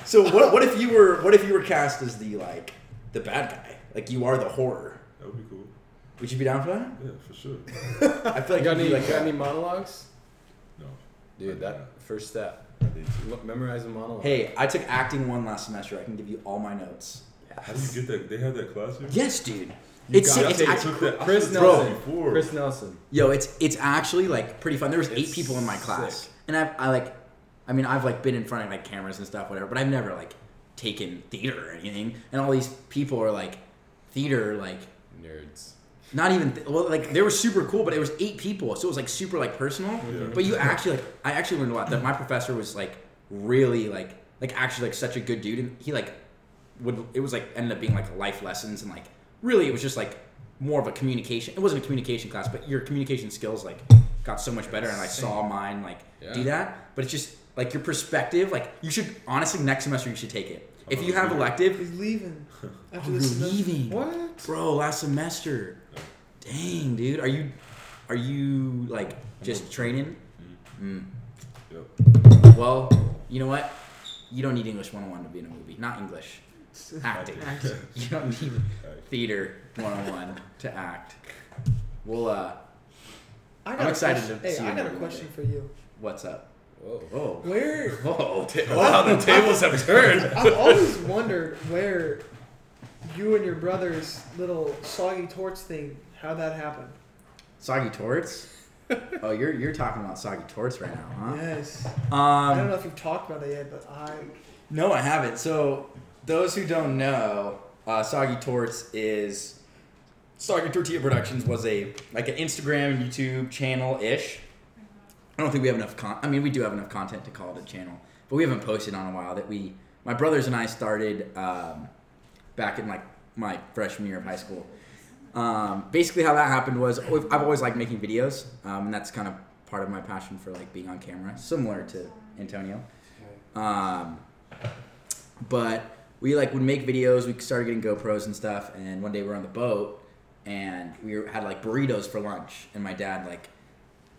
Speaker 1: So what? What if you were? What if you were cast as the like the bad guy? Like you are the horror.
Speaker 5: That would be cool.
Speaker 1: Would you be down for that?
Speaker 5: Yeah, for sure.
Speaker 1: I feel like
Speaker 2: You got
Speaker 1: you'd
Speaker 2: any,
Speaker 1: be like
Speaker 2: got any
Speaker 1: a,
Speaker 2: monologues?
Speaker 5: No,
Speaker 2: Dude, that first step.
Speaker 5: I need to.
Speaker 2: Look, memorize a monologue.
Speaker 1: Hey, I took acting one last semester. I can give you all my notes.
Speaker 5: How do you get that? They have that class here.
Speaker 1: Yes, dude.
Speaker 2: You
Speaker 1: it's
Speaker 2: got
Speaker 1: it's
Speaker 2: it.
Speaker 5: I
Speaker 1: actually
Speaker 5: took that. I
Speaker 2: Chris
Speaker 5: should've took that
Speaker 2: Nelson.
Speaker 5: Before.
Speaker 2: Chris Nelson.
Speaker 1: Yo, it's it's actually like pretty fun. There was eight
Speaker 2: It's
Speaker 1: people in my class,
Speaker 2: sick.
Speaker 1: and I've I like, I mean, I've like been in front of like cameras and stuff, whatever. But I've never like taken theater or anything. And all these people are like, theater like
Speaker 2: Nerds.
Speaker 1: not even th- well like they were super cool but it was eight people so it was like super like personal
Speaker 5: Yeah.
Speaker 1: but you actually like i actually learned a lot that my professor was like really like like actually like such a good dude and he like would it was like ended up being like life lessons and like really it was just like more of a communication it wasn't a communication class but your communication skills like got so much better and i saw mine like do
Speaker 2: Yeah.
Speaker 1: that but it's just like your perspective like you should honestly next semester you should take it if you have
Speaker 5: Oh, yeah.
Speaker 1: elective
Speaker 6: He's leaving. After
Speaker 1: Oh,
Speaker 6: this
Speaker 1: you're
Speaker 6: semester.
Speaker 1: leaving.
Speaker 6: What?
Speaker 1: Bro, last semester. Dang, dude, are you, are you like just training?
Speaker 5: Yep.
Speaker 1: Well, you know what? You don't need English 101 to be in a movie. Not English, acting.
Speaker 5: Acting.
Speaker 1: You don't need theater 101 to act. Well, uh,
Speaker 6: I
Speaker 1: I'm
Speaker 6: got a
Speaker 1: excited
Speaker 6: question-
Speaker 1: to see
Speaker 6: Hey, I
Speaker 1: you
Speaker 6: got a
Speaker 1: one
Speaker 6: question
Speaker 1: day.
Speaker 6: for you.
Speaker 1: what's up?
Speaker 2: Whoa.
Speaker 1: Whoa,
Speaker 6: Where?
Speaker 1: whoa,
Speaker 2: Wow, the tables have turned.
Speaker 6: I've always wondered where you and your brother's little soggy torch thing, how that happened.
Speaker 1: soggy torts. Oh, you're you're talking about soggy torts right now,
Speaker 6: Yes.
Speaker 1: huh?
Speaker 6: I
Speaker 1: Um,
Speaker 6: don't know if you've talked about it yet, but I.
Speaker 1: No, I haven't. So, those who don't know, uh, Soggy Torts is Soggy Tortilla Productions was a like an Instagram and YouTube channel ish. I don't think we have enough. Con- I mean, we do have enough content to call it a channel, but we haven't posted on a while. That we, my brothers and I, started um, back in like my freshman year of high school. Um, basically, how that happened was I've I've always liked making videos, um, and that's kind of part of my passion for like being on camera, similar to Antonio. Um, but we like would make videos. We started getting GoPros and stuff, and one day we were on the boat, and we were, had like burritos for lunch, and my dad like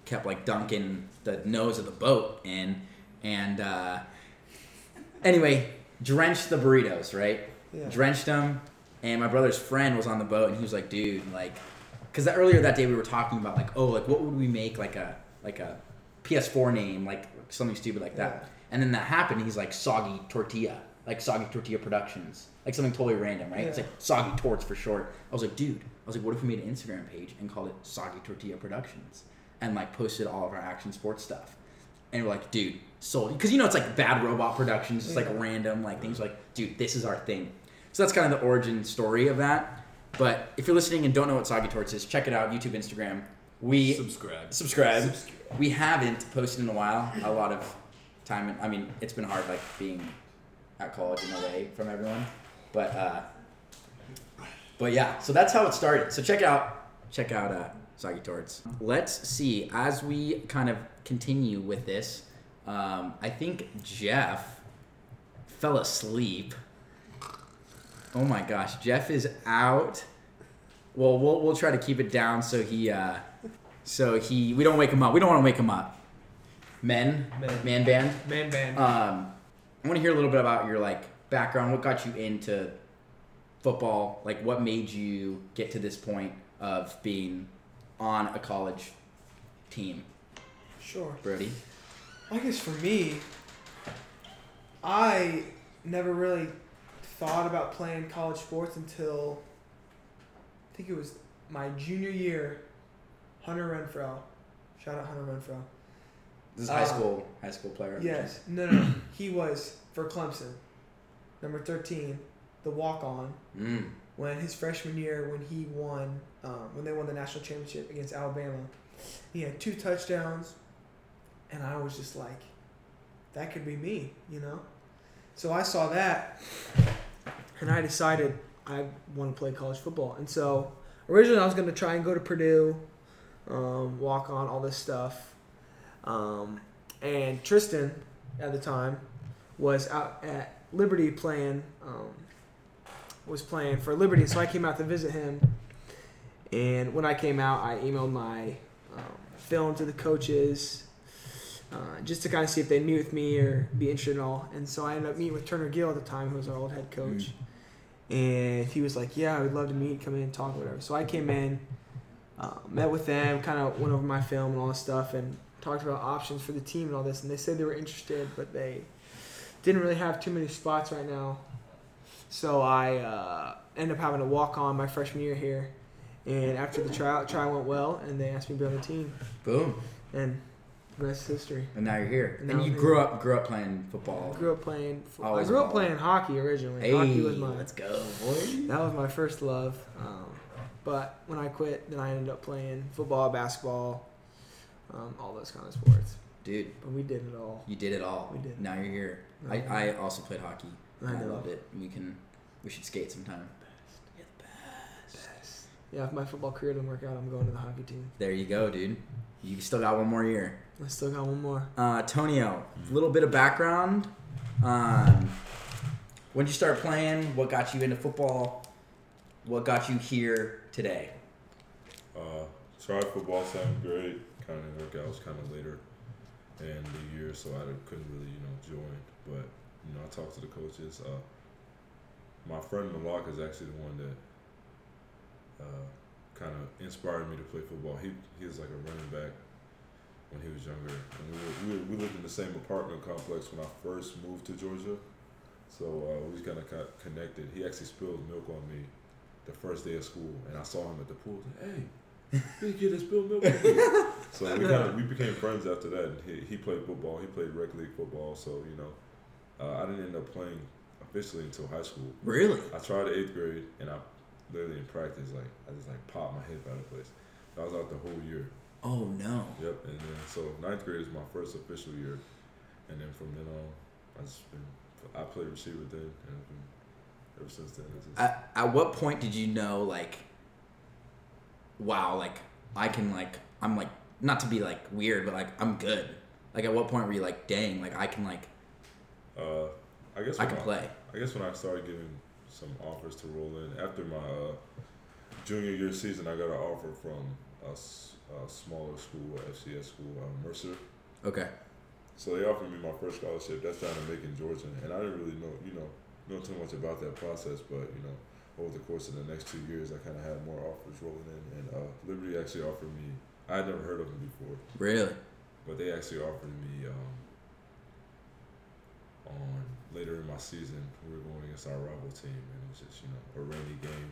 Speaker 1: kept like dunking the nose of the boat in, and uh, anyway, drenched the burritos, right?
Speaker 6: Yeah.
Speaker 1: Drenched them, and my brother's friend was on the boat, and he was like, "Dude, like, because earlier that day we were talking about like, oh, like what would we make like a like a PS4 name, like something stupid like that."
Speaker 6: Yeah.
Speaker 1: And then that happened. He's like soggy tortilla, like soggy tortilla productions, like something totally random, right? It's
Speaker 6: Yeah.
Speaker 1: like soggy torts for short. I was like, dude, I was like, what if we made an Instagram page and called it soggy tortilla productions and like posted all of our action sports stuff? And we're like, dude, sold. Because you know, it's like bad robot productions, just like
Speaker 6: Yeah.
Speaker 1: random, like things like, dude, this is our thing. So that's kind of the origin story of that. But if you're listening and don't know what soggy torts is, check it out YouTube, Instagram. We
Speaker 2: Subscribe.
Speaker 1: subscribe. We haven't posted in a while. A lot of time. I mean, it's been hard, like being at college and away from everyone. But uh, but yeah. So that's how it started. So check out check out uh, Soggy Torts. Let's see as we kind of continue with this. Um, I think Jeff fell asleep. Oh my gosh, Jeff is out. Well, we'll we'll try to keep it down so he uh, so he we don't wake him up. We don't want to wake him up. Men,
Speaker 4: Men.
Speaker 1: man band.
Speaker 4: Man band.
Speaker 1: Um, I want to hear a little bit about your like background. What got you into football? Like, what made you get to this point of being on a college team,
Speaker 6: Sure.
Speaker 1: Brody?
Speaker 6: I guess for me, I never really thought about playing college sports until I think it was my junior year. Hunter Renfro, shout out Hunter Renfro.
Speaker 1: This is
Speaker 6: Uh,
Speaker 1: high school high school player.
Speaker 6: Yes, no, no, no. he was for Clemson, number thirteen, the walk on.
Speaker 1: Mm.
Speaker 6: when his freshman year when he won um, when they won the national championship against Alabama. He had two touchdowns, and I was just like, that could be me, you know. So I saw that, and I decided I want to play college football. And so originally I was going to try and go to Purdue, um, walk on all this stuff, um, and Tristan at the time was out at Liberty playing um, was playing for Liberty, so I came out to visit him. And when I came out, I emailed my um, film to the coaches uh, just to kind of see if they'd meet with me or be interested at all. And so I ended up meeting with Turner Gill at the time, who was our old head coach. And he was like, "Yeah, I would love to meet, come in and talk, whatever." So I came in, uh, met with them, kind of went over my film and all this stuff, and talked about options for the team and all this. And they said they were interested, but they didn't really have too many spots right now. So I uh, ended up having to walk on my freshman year here. And after the trial, trial went well, and they asked me to be on the team,
Speaker 1: Boom.
Speaker 6: and the rest is history.
Speaker 1: And now you're here.
Speaker 6: And
Speaker 1: and
Speaker 6: now
Speaker 1: you
Speaker 6: I'm
Speaker 1: grew
Speaker 6: here.
Speaker 1: up grew up playing football.
Speaker 6: I grew up playing. fo- I
Speaker 1: Always
Speaker 6: grew
Speaker 1: ball.
Speaker 6: up playing hockey originally.
Speaker 1: Hey,
Speaker 6: hockey was my
Speaker 1: let's go, boy.
Speaker 6: that was my first love. Um, but when I quit, then I ended up playing football, basketball, um, all those kind of sports.
Speaker 1: Dude,
Speaker 6: But we did it all.
Speaker 1: you did it all.
Speaker 6: We did.
Speaker 1: Now you're here.
Speaker 6: Now
Speaker 1: I,
Speaker 6: we're
Speaker 1: I also played hockey.
Speaker 6: I
Speaker 1: and I
Speaker 6: know.
Speaker 1: loved it. We can we should skate sometime.
Speaker 6: Yeah, if my football career didn't work out, I'm going to the hockey team.
Speaker 1: There you go, dude. You still got one more year.
Speaker 6: I still got one more.
Speaker 1: Uh, Tonio, a little bit of background. Um, when did you start playing? What got you into football? What got you here today?
Speaker 5: Uh, tried football seventh grade, kind of work out was kind of later in the year, so I couldn't really you know join. But you know I talked to the coaches. Uh, my friend Malak is actually the one that uh, kind of inspired me to play football. He he was like a running back when he was younger, and we were, we, were, we lived in the same apartment complex when I first moved to Georgia. So uh, we was kind of connected. He actually spilled milk on me the first day of school, and I saw him at the pool. I was Like, hey, big kid that spilled milk. on me." so we kind of we became friends after that. And he he played football. He played rec league football. So you know, uh, I didn't end up playing officially until high school.
Speaker 1: Really?
Speaker 5: I tried eighth grade, and I literally in practice like I just like popped my hip out of place. I was out the whole year.
Speaker 1: Oh no.
Speaker 5: Yep. And then so ninth grade is my first official year, and then from then on, I just been I played receiver then, and I've been, ever since then. It's just,
Speaker 1: At, at what point did you know like, wow, like I can like I'm like not to be like weird, but like I'm good. Like at what point were you like, dang, like I can like
Speaker 5: uh, I guess
Speaker 1: I
Speaker 5: when
Speaker 1: can play.
Speaker 5: I guess when I started getting some offers to roll in after my uh, junior year season, I got an offer from a, s- a smaller school, a FCS school, uh, Mercer.
Speaker 1: Okay.
Speaker 5: So they offered me my first scholarship. That's down in Macon, Georgia, and I didn't really know, you know, know too much about that process. But you know, over the course of the next two years, I kind of had more offers rolling in, and uh, Liberty actually offered me. I had never heard of them before,
Speaker 1: Really?
Speaker 5: but they actually offered me um, on later in my season. We were going against our rival team, and it was just you know a rainy game.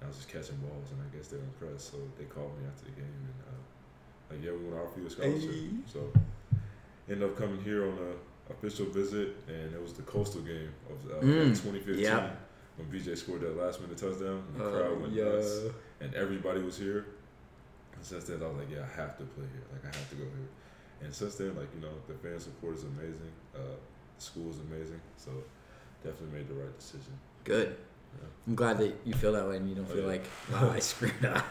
Speaker 5: And I was just catching balls, and I guess they were impressed, so they called me after the game, and uh, like yeah, we want to offer you a scholarship.
Speaker 1: Hey.
Speaker 5: So ended up coming here on a official visit, and it was the coastal game of uh,
Speaker 1: Mm,
Speaker 5: 2015
Speaker 1: yeah.
Speaker 5: when BJ scored that last minute touchdown. And the crowd went nuts and everybody was here. And since then, I was like, yeah, I have to play here. Like, I have to go here. And since then, like, you know, the fan support is amazing. Uh, the school is amazing. So, definitely made the right decision.
Speaker 1: Good.
Speaker 5: Yeah.
Speaker 1: I'm glad that you feel that way and you don't
Speaker 5: Oh,
Speaker 1: feel
Speaker 5: yeah.
Speaker 1: like, wow, I screwed up.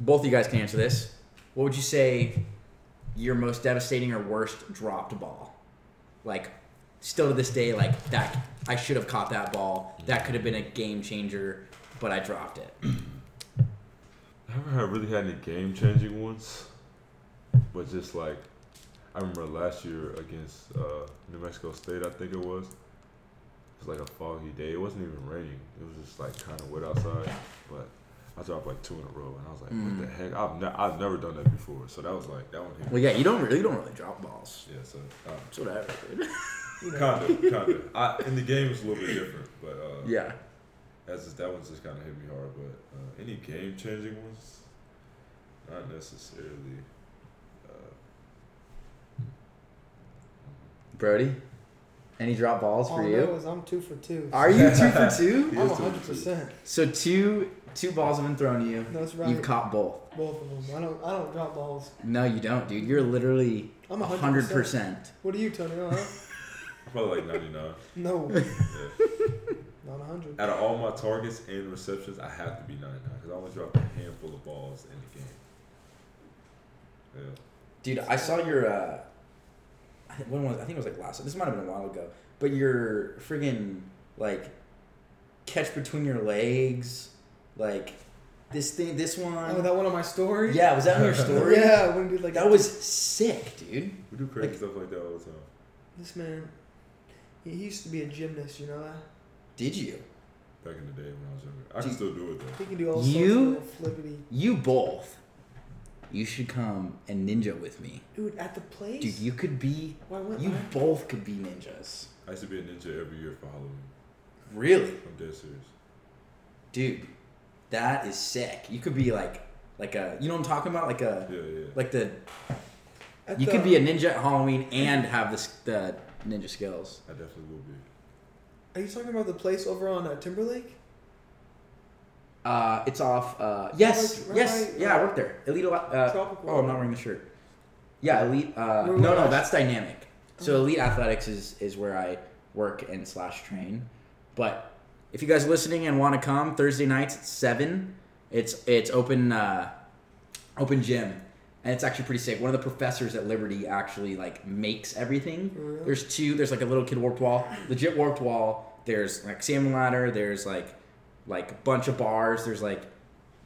Speaker 1: Both of you guys can answer this. What would you say your most devastating or worst dropped ball? Like, still to this day, like, that, I should have caught that ball. That could have been a game changer, but I dropped it.
Speaker 5: I haven't had- really had any game changing ones, but just like I remember last year against uh, New Mexico State, I think it was. It was like a foggy day. It wasn't even raining. It was just like kind of wet outside, but I dropped like two in a row, and I was like,
Speaker 1: Mm.
Speaker 5: "What the heck? I've, ne- I've never done that before." So that was like that one hit.
Speaker 1: Well, yeah, you don't really, you don't really drop balls.
Speaker 5: Yeah, so uh,
Speaker 1: It's whatever, dude.
Speaker 7: You know,
Speaker 5: kind of, kind of. I, in the game, it's a little bit different, but uh,
Speaker 1: Yeah.
Speaker 5: that's just, that one's just kind of hit me hard. But uh, any game changing ones, not necessarily. Uh,
Speaker 1: Brody, any drop balls
Speaker 7: all
Speaker 6: Oh,
Speaker 1: for
Speaker 7: I know
Speaker 1: you?
Speaker 7: is I'm two for two.
Speaker 1: Are you two for two?
Speaker 5: He
Speaker 7: I'm
Speaker 5: is two for
Speaker 7: 100.
Speaker 5: two.
Speaker 7: percent
Speaker 1: So two two balls have been thrown to you.
Speaker 7: That's right.
Speaker 1: You've caught both.
Speaker 7: Both of them. I don't. I don't drop balls.
Speaker 1: No, you don't, dude. You're literally
Speaker 7: I'm
Speaker 1: 100%.
Speaker 7: 100%. What are you, Tony? Huh?
Speaker 5: Probably like 99.
Speaker 7: No,
Speaker 5: Yeah.
Speaker 7: not 100.
Speaker 5: Out of all my targets and receptions, I have to be 99 because I only dropped a handful of balls in the game. Yeah.
Speaker 1: Dude, I saw your. Uh, I think- when was I think it was like last. This might have been a while ago, but your friggin' like catch between your legs, like this thing, this one.
Speaker 6: Oh, that one on my story.
Speaker 1: yeah, was that on your story?
Speaker 6: Yeah, when dude like
Speaker 1: that was sick, dude.
Speaker 5: We do crazy
Speaker 1: Like-
Speaker 5: stuff like that all the time.
Speaker 6: this man. He he used to be a gymnast, you know that.
Speaker 1: Did you?
Speaker 5: Back in the day when I was younger, I
Speaker 1: Do-
Speaker 5: can still do it though.
Speaker 6: He can do all
Speaker 1: You?
Speaker 6: sorts of little flippity.
Speaker 1: You both. You should come and ninja with me,
Speaker 6: Dude, at the place.
Speaker 1: dude. You could be.
Speaker 6: Why wouldn't
Speaker 1: You
Speaker 6: I?
Speaker 1: both could be ninjas.
Speaker 5: I used to be a ninja every year for Halloween.
Speaker 1: Really,
Speaker 5: I'm dead serious.
Speaker 1: dude. That is sick. You could be like, like a. You know what I'm talking about? Like a.
Speaker 5: Yeah, yeah.
Speaker 1: Like the.
Speaker 6: At
Speaker 1: You
Speaker 6: the-
Speaker 1: could be a ninja at Halloween and have this the ninja skills.
Speaker 5: I definitely will be.
Speaker 6: Are you talking about the place over on uh, Timberlake?
Speaker 1: Uh, it's off. Uh, yes,
Speaker 6: Right, right,
Speaker 1: yes,
Speaker 6: right.
Speaker 1: yeah, I worked there. Elite. Uh,
Speaker 6: Tropical.
Speaker 1: Oh, I'm not wearing the shirt. Yeah, elite. Uh,
Speaker 6: Where Uh-huh.
Speaker 1: no,
Speaker 6: we
Speaker 1: no,
Speaker 6: at?
Speaker 1: that's dynamic. So elite athletics is is where I work and slash train. But if you guys are listening and want to come Thursday nights at seven, it's it's open uh, open gym. And it's actually pretty sick. One of the professors at Liberty actually like makes everything.
Speaker 6: Really?
Speaker 1: There's two. There's like a little kid warped wall, legit warped wall. There's like salmon ladder. There's like like a bunch of bars. There's like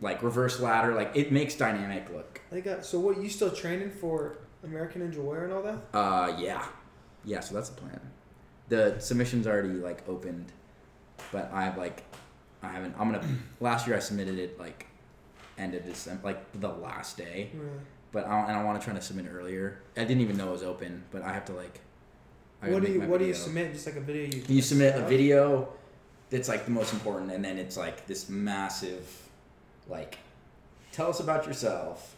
Speaker 1: like reverse ladder. Like it makes dynamic look
Speaker 6: They got so what? You still training for American Ninja Warrior and all that?
Speaker 1: Uh, yeah, yeah. So that's the plan. The submission's already like opened, but I've like, I haven't. I'm gonna. last year I submitted it like end of December, like the last day.
Speaker 6: Really?
Speaker 1: But I and I want to try to submit earlier. I didn't even know it was open, but I have to like. I gotta
Speaker 6: What do
Speaker 1: make
Speaker 6: you
Speaker 1: my
Speaker 6: What do you
Speaker 1: video.
Speaker 6: submit? Just like a video you.
Speaker 1: You submit a
Speaker 6: Yeah.
Speaker 1: video that's like the most important, and then it's like this massive, like, tell us about yourself,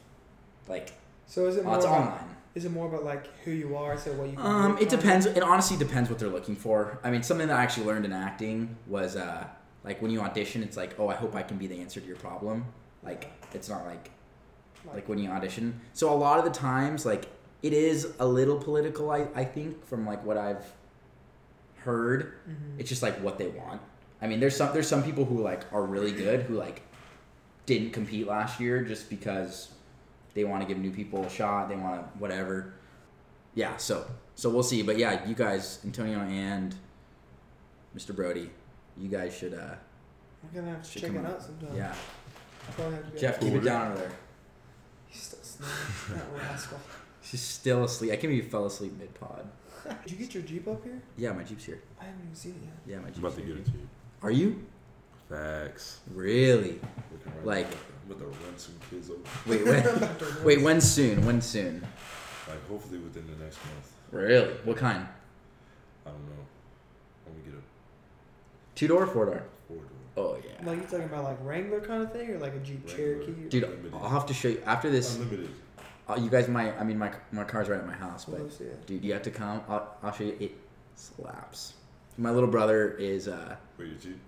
Speaker 1: like.
Speaker 6: So is it
Speaker 1: Oh,
Speaker 6: more?
Speaker 1: it's
Speaker 6: about,
Speaker 1: online.
Speaker 6: Is it more about like who you are? So what you. Can
Speaker 1: Um,
Speaker 6: do
Speaker 1: it
Speaker 6: kind of?
Speaker 1: depends. It honestly depends what they're looking for. I mean, something that I actually learned in acting was uh, like when you audition, it's like, oh, I hope I can be the answer to your problem. Like, it's not like like when you audition. So a lot of the times, like it is a little political. I I think from like what I've heard,
Speaker 6: Mm-hmm.
Speaker 1: it's just like what they want. I mean, there's some there's some people who like are really good who like didn't compete last year just because they want to give new people a shot. They want to whatever. Yeah. So so we'll see. But yeah, you guys, Antonio and Mr. Brody, you guys should uh
Speaker 6: We're gonna have to
Speaker 1: should
Speaker 6: check
Speaker 1: come
Speaker 6: it
Speaker 1: out.
Speaker 6: out sometime.
Speaker 1: yeah.
Speaker 6: Probably have to go.
Speaker 1: Jeff, keep it down over there.
Speaker 6: He's still snoring. that rascal.
Speaker 1: She's still asleep. I can't believe you fell asleep mid pod.
Speaker 6: Did you get your Jeep up here?
Speaker 1: Yeah, my Jeep's here.
Speaker 6: I haven't even seen it yet.
Speaker 1: Yeah, my Jeep's
Speaker 5: I'm about to
Speaker 1: here.
Speaker 5: get it to you.
Speaker 1: Are you?
Speaker 5: Facts.
Speaker 1: Really?
Speaker 5: Looking right
Speaker 1: Like-
Speaker 5: now, I'm about to run some kids over.
Speaker 1: Wait, when, wait, when soon? When soon?
Speaker 5: Like hopefully within the next month.
Speaker 1: Really? What kind?
Speaker 5: I don't know. I'm gonna get a
Speaker 1: Two door, four door?
Speaker 5: four door.
Speaker 1: Oh yeah.
Speaker 6: Like you talking about like Wrangler kind of thing, or like a Jeep
Speaker 5: Wrangler.
Speaker 6: Cherokee?
Speaker 1: Dude, I'll have to show you after this.
Speaker 5: Unlimited.
Speaker 1: Uh, you guys might. I mean, my my car's right at my house,
Speaker 6: Well,
Speaker 1: but
Speaker 6: let's see it.
Speaker 1: dude, you have to come. I'll, I'll show you. It slaps. My little brother is. uh
Speaker 5: Wait, your Jeep?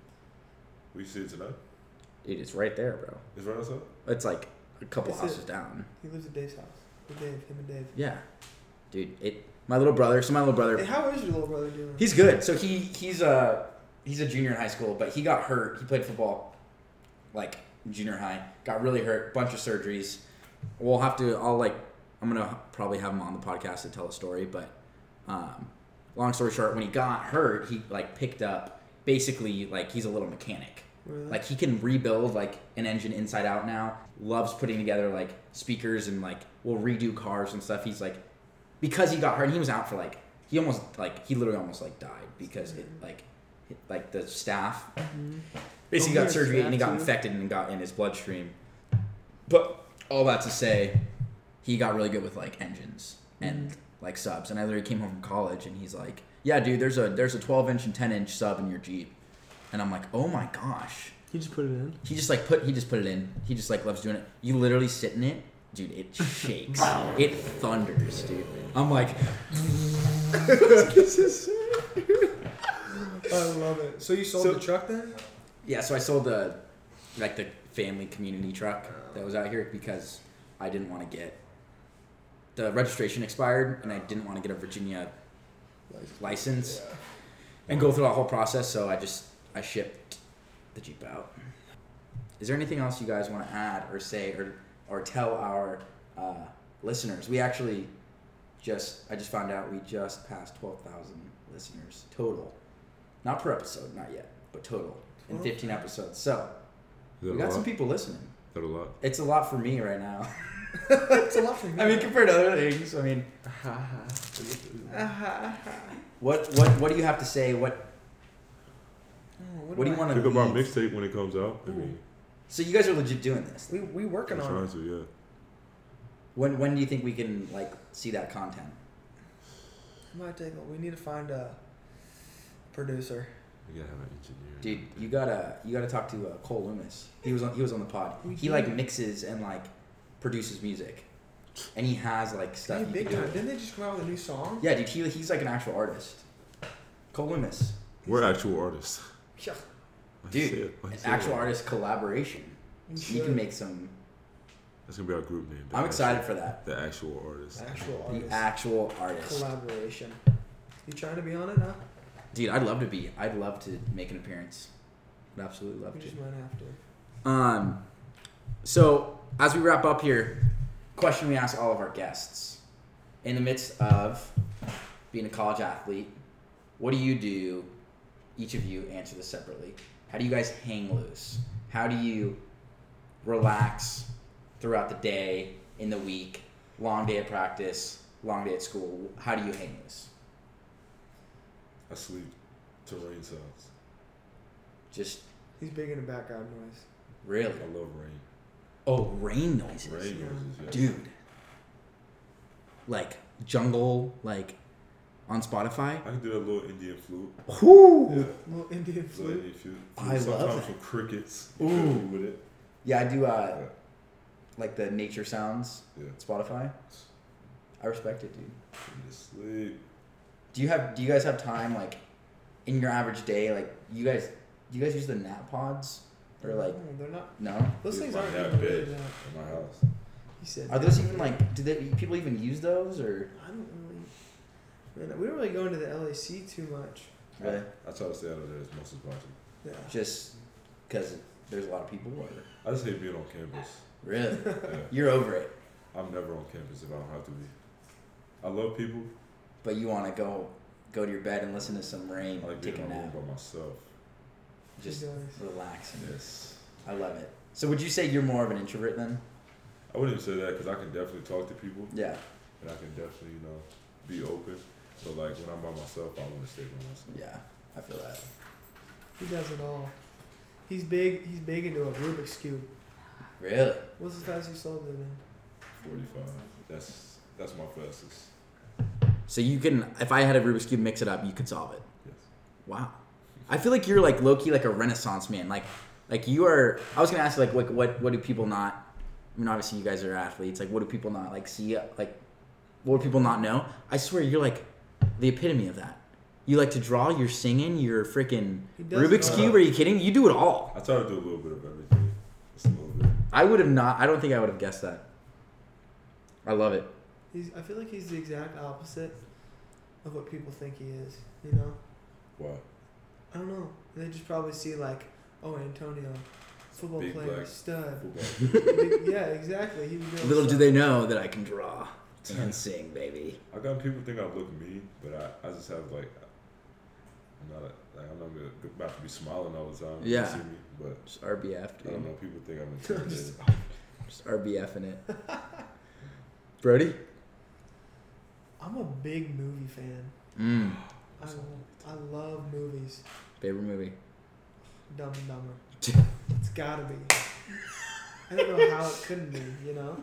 Speaker 5: We see it tonight?
Speaker 1: It is right there, bro.
Speaker 5: It's right outside?
Speaker 1: It's like a couple
Speaker 6: Is it-
Speaker 1: houses down.
Speaker 6: He lives at Dave's house. With Dave, him and Dave.
Speaker 1: Yeah, dude. It. My little brother. So my little brother.
Speaker 6: Hey, how is your little brother doing?
Speaker 1: He's good. So he he's a he's a junior in high school, but he got hurt. He played football, like junior high. Got really hurt. Bunch of surgeries. We'll have to. I'll like. I'm gonna probably have him on the podcast to tell a story. But um, long story short, when he got hurt, he like picked up basically like he's a little mechanic.
Speaker 6: Really?
Speaker 1: Like he can rebuild like an engine inside out now. Loves putting together like speakers and like will redo cars and stuff. He's like because he got hurt and he was out for like he almost like he literally almost like died because it
Speaker 6: Mm-hmm.
Speaker 1: like it- like the staff basically
Speaker 6: Oh,
Speaker 1: got
Speaker 6: yeah,
Speaker 1: surgery and he got
Speaker 6: staff, too.
Speaker 1: infected and got in his bloodstream. But all that to say, he got really good with like engines and
Speaker 6: Mm-hmm.
Speaker 1: like subs. And I literally came home from college and he's like, "Yeah, dude, there's a there's a 12 inch and 10 inch sub in your Jeep," and I'm like, "Oh my gosh."
Speaker 4: He just put it in.
Speaker 1: He just like put he just put it in. He just like loves doing it. You literally sit in it, dude. It shakes. it thunders, dude. I'm like,
Speaker 6: I love it. So you sold
Speaker 5: So-
Speaker 6: the truck then?
Speaker 1: yeah. So I sold the like the family community truck that was out here because I didn't want to get the registration expired and I didn't want to get a Virginia license and go through that whole process. So I just I shipped the Jeep out. Is there anything else you guys want to add or say or or tell our uh, listeners? We actually just I just found out we just passed twelve thousand listeners total. Not per episode, not yet, but total in
Speaker 6: Well.
Speaker 1: 15 episodes. So
Speaker 5: Is that
Speaker 1: we
Speaker 5: a
Speaker 1: got
Speaker 5: lot?
Speaker 1: some people listening.
Speaker 5: Is that a lot?
Speaker 1: It's a lot for me right now.
Speaker 6: That's a lot for me.
Speaker 1: I mean, compared to other things, I mean,
Speaker 6: Ah,
Speaker 1: what what what do you have to say? What
Speaker 6: Oh,
Speaker 1: what do you
Speaker 6: I-
Speaker 1: want to?
Speaker 5: Think about mixtape when it comes out. I mean,
Speaker 1: So you guys are legit doing this.
Speaker 6: We we
Speaker 5: I'm
Speaker 6: working on.
Speaker 5: trying
Speaker 6: it.
Speaker 5: to, yeah.
Speaker 1: When when do you think we can like see that content?
Speaker 6: It might take. We need to find a producer.
Speaker 5: You gotta have an engineer.
Speaker 1: Dude, you gotta you gotta talk to uh, Cole Loomis. He was on he was on the pod.
Speaker 6: We
Speaker 1: He
Speaker 6: did.
Speaker 1: like mixes and like produces music, and he has like stuff.
Speaker 6: Hey,
Speaker 1: you
Speaker 6: big
Speaker 1: can do
Speaker 6: time.
Speaker 1: with it.
Speaker 6: Didn't they just come out with a new song?
Speaker 1: Yeah, dude, he, he's like an actual artist. Cole Loomis,
Speaker 5: We're actual artists.
Speaker 6: Yeah.
Speaker 5: I see
Speaker 1: dude,
Speaker 5: it. I
Speaker 1: an
Speaker 5: see
Speaker 1: actual
Speaker 5: it.
Speaker 1: artist collaboration. You
Speaker 6: Sure.
Speaker 1: can make some.
Speaker 5: That's gonna be our group name. the
Speaker 1: I'm
Speaker 5: actual-
Speaker 1: excited for that.
Speaker 5: The actual artist.
Speaker 6: actual
Speaker 1: The
Speaker 6: artist
Speaker 1: actual artist,
Speaker 6: collaboration. You trying to be on it now?
Speaker 1: dude. I'd love to be. I'd love to make an appearance. I'd absolutely love
Speaker 6: We
Speaker 1: to.
Speaker 6: just might have to.
Speaker 1: Um, so as we wrap up here, question we ask all of our guests: In the midst of being a college athlete, what do you do? Each of you answer this separately. How do you guys hang loose? How do you relax throughout the day, in the week, long day at practice, long day at school? How do you hang loose?
Speaker 5: I sleep to rain sounds.
Speaker 1: Just
Speaker 6: He's big in the background noise.
Speaker 1: really.
Speaker 5: I love rain.
Speaker 1: Oh, rain noises.
Speaker 5: Rain noises, yeah.
Speaker 1: um, dude like jungle like on spotify
Speaker 5: I can do that little Indian flute.
Speaker 1: Whoo!
Speaker 5: Yeah.
Speaker 6: Little Indian
Speaker 5: Little
Speaker 6: flute.
Speaker 5: Indian flute.
Speaker 1: I love
Speaker 5: Sometimes
Speaker 1: that.
Speaker 5: some crickets.
Speaker 1: Ooh.
Speaker 5: With it.
Speaker 1: yeah i do uh
Speaker 5: Yeah.
Speaker 1: like the nature sounds
Speaker 5: Yeah.
Speaker 1: spotify i respect it dude
Speaker 5: And just sleep.
Speaker 1: do you have do you guys have time like in your average day like you guys do you guys use the nap pods or like
Speaker 6: No, they're not.
Speaker 1: no
Speaker 6: Those
Speaker 5: Dude,
Speaker 6: things
Speaker 5: my
Speaker 6: aren't
Speaker 5: dad
Speaker 6: even
Speaker 5: big.
Speaker 6: really that.
Speaker 5: At my house.
Speaker 6: He said.
Speaker 1: are those even like do they people even use those or
Speaker 6: I don't really. Man, we don't really go into the LAC too much.
Speaker 1: Really?
Speaker 5: I try to stay out of there as much as possible.
Speaker 6: Yeah.
Speaker 1: just because there's a lot of people or
Speaker 5: I just hate being on campus.
Speaker 1: really
Speaker 5: Yeah.
Speaker 1: you're over it
Speaker 5: I'm never on campus if I don't have to be. I love people.
Speaker 1: but you want to go go to your bed and listen to some rain
Speaker 5: I like
Speaker 1: take
Speaker 5: being
Speaker 1: a
Speaker 5: in my room
Speaker 1: nap
Speaker 5: by myself.
Speaker 1: just
Speaker 6: He does.
Speaker 1: relax and
Speaker 5: Yes.
Speaker 1: I love it. So would you say you're more of an introvert then?
Speaker 5: I wouldn't even say that because I can definitely talk to people
Speaker 1: Yeah.
Speaker 5: and I can definitely, you know, be open. But like when I'm by myself, I want to stay by myself.
Speaker 1: Yeah. I feel that.
Speaker 6: He does it all. He's big. He's big into a Rubik's cube.
Speaker 1: Really?
Speaker 6: What's the fastest you solved it in?
Speaker 5: 45. That's that's my fastest.
Speaker 1: So you can if I had a Rubik's Cube mix it up, you could solve it.
Speaker 5: Yes.
Speaker 1: Wow. I feel like you're like low key like a renaissance man. Like like you are I was gonna ask like what what what do people not I mean obviously you guys are athletes, like what do people not like see like what do people not know? I swear you're like the epitome of that. You like to draw, you're singing, you're freaking
Speaker 6: He does it
Speaker 1: Rubik's
Speaker 6: all.
Speaker 1: Cube, are you kidding? You do it all.
Speaker 5: I try to do a little bit of everything. Just a little bit.
Speaker 1: I would have not. I don't think I would have guessed that. I love it.
Speaker 6: He's, I feel like he's the exact opposite of what people think he is. You know,
Speaker 5: Why?
Speaker 6: I don't know. They just probably see like, oh, Antonio, football
Speaker 5: Big
Speaker 6: player,
Speaker 5: black-
Speaker 6: stud.
Speaker 5: Football.
Speaker 6: Big- yeah, exactly. He was doing
Speaker 1: Little do
Speaker 6: stuff.
Speaker 1: they know that I can draw and sing, baby.
Speaker 5: I got people think I look mean, but I, I just have like I'm not a, like I'm not gonna- about to be smiling all the time. when
Speaker 1: Yeah.
Speaker 5: You see me, but
Speaker 1: Just RBF,
Speaker 5: I don't know.
Speaker 1: dude.
Speaker 5: People think I'm intimidated.
Speaker 1: Just RBF in it. Brody.
Speaker 6: I'm a big movie fan.
Speaker 1: Mm.
Speaker 6: I, I love movies.
Speaker 1: Favorite movie.
Speaker 6: Dumb and Dumber. it's gotta be. I don't know how it couldn't be, you know?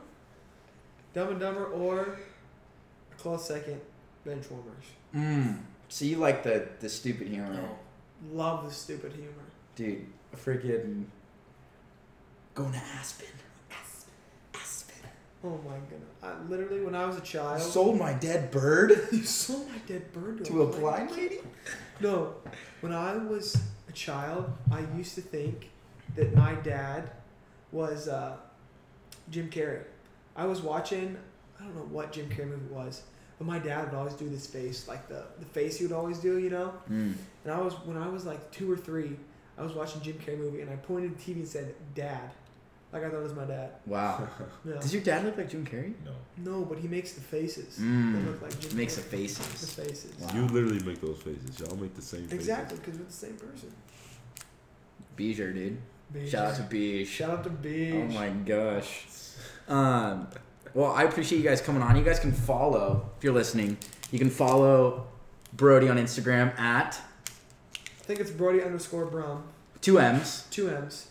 Speaker 6: Dumb and Dumber or a close second, Benchwarmers.
Speaker 1: Mm. So you like the the stupid humor,
Speaker 6: Love the stupid humor.
Speaker 1: dude? Freaking going to Aspen.
Speaker 6: Oh my goodness. I literally, when I was a
Speaker 1: I
Speaker 6: child.
Speaker 1: sold my dead bird
Speaker 6: you sold my dead bird to,
Speaker 1: to a blind lady.
Speaker 6: No. When I was a child, I used to think that my dad was uh, Jim Carrey. I was watching, I don't know what Jim Carrey movie it was, but my dad would always do this face, like the, the face he would always do, you know?
Speaker 1: Mm.
Speaker 6: And I was, when I was like two or three, I was watching Jim Carrey movie and I pointed to the TV and said, Dad. Like I thought it was my dad.
Speaker 1: Wow.
Speaker 6: Yeah.
Speaker 1: Does your dad look like Jim Carrey?
Speaker 5: No.
Speaker 6: No, but he makes the faces. They
Speaker 1: Mmm.
Speaker 6: look like Jim
Speaker 1: Makes the
Speaker 6: Carrey. the
Speaker 1: faces.
Speaker 6: faces.
Speaker 1: Wow.
Speaker 5: You literally make those faces. Y'all make the same faces.
Speaker 6: Exactly, because we're the same person.
Speaker 1: Beezer, dude.
Speaker 6: Beige.
Speaker 1: Shout out to Beej.
Speaker 6: Shout out to Beige.
Speaker 1: Oh my gosh. Um, well, I appreciate you guys coming on. You guys can follow, if you're listening, you can follow Brody on Instagram at
Speaker 6: I think it's Brody underscore Brum.
Speaker 1: 2Ms.
Speaker 6: Two M's.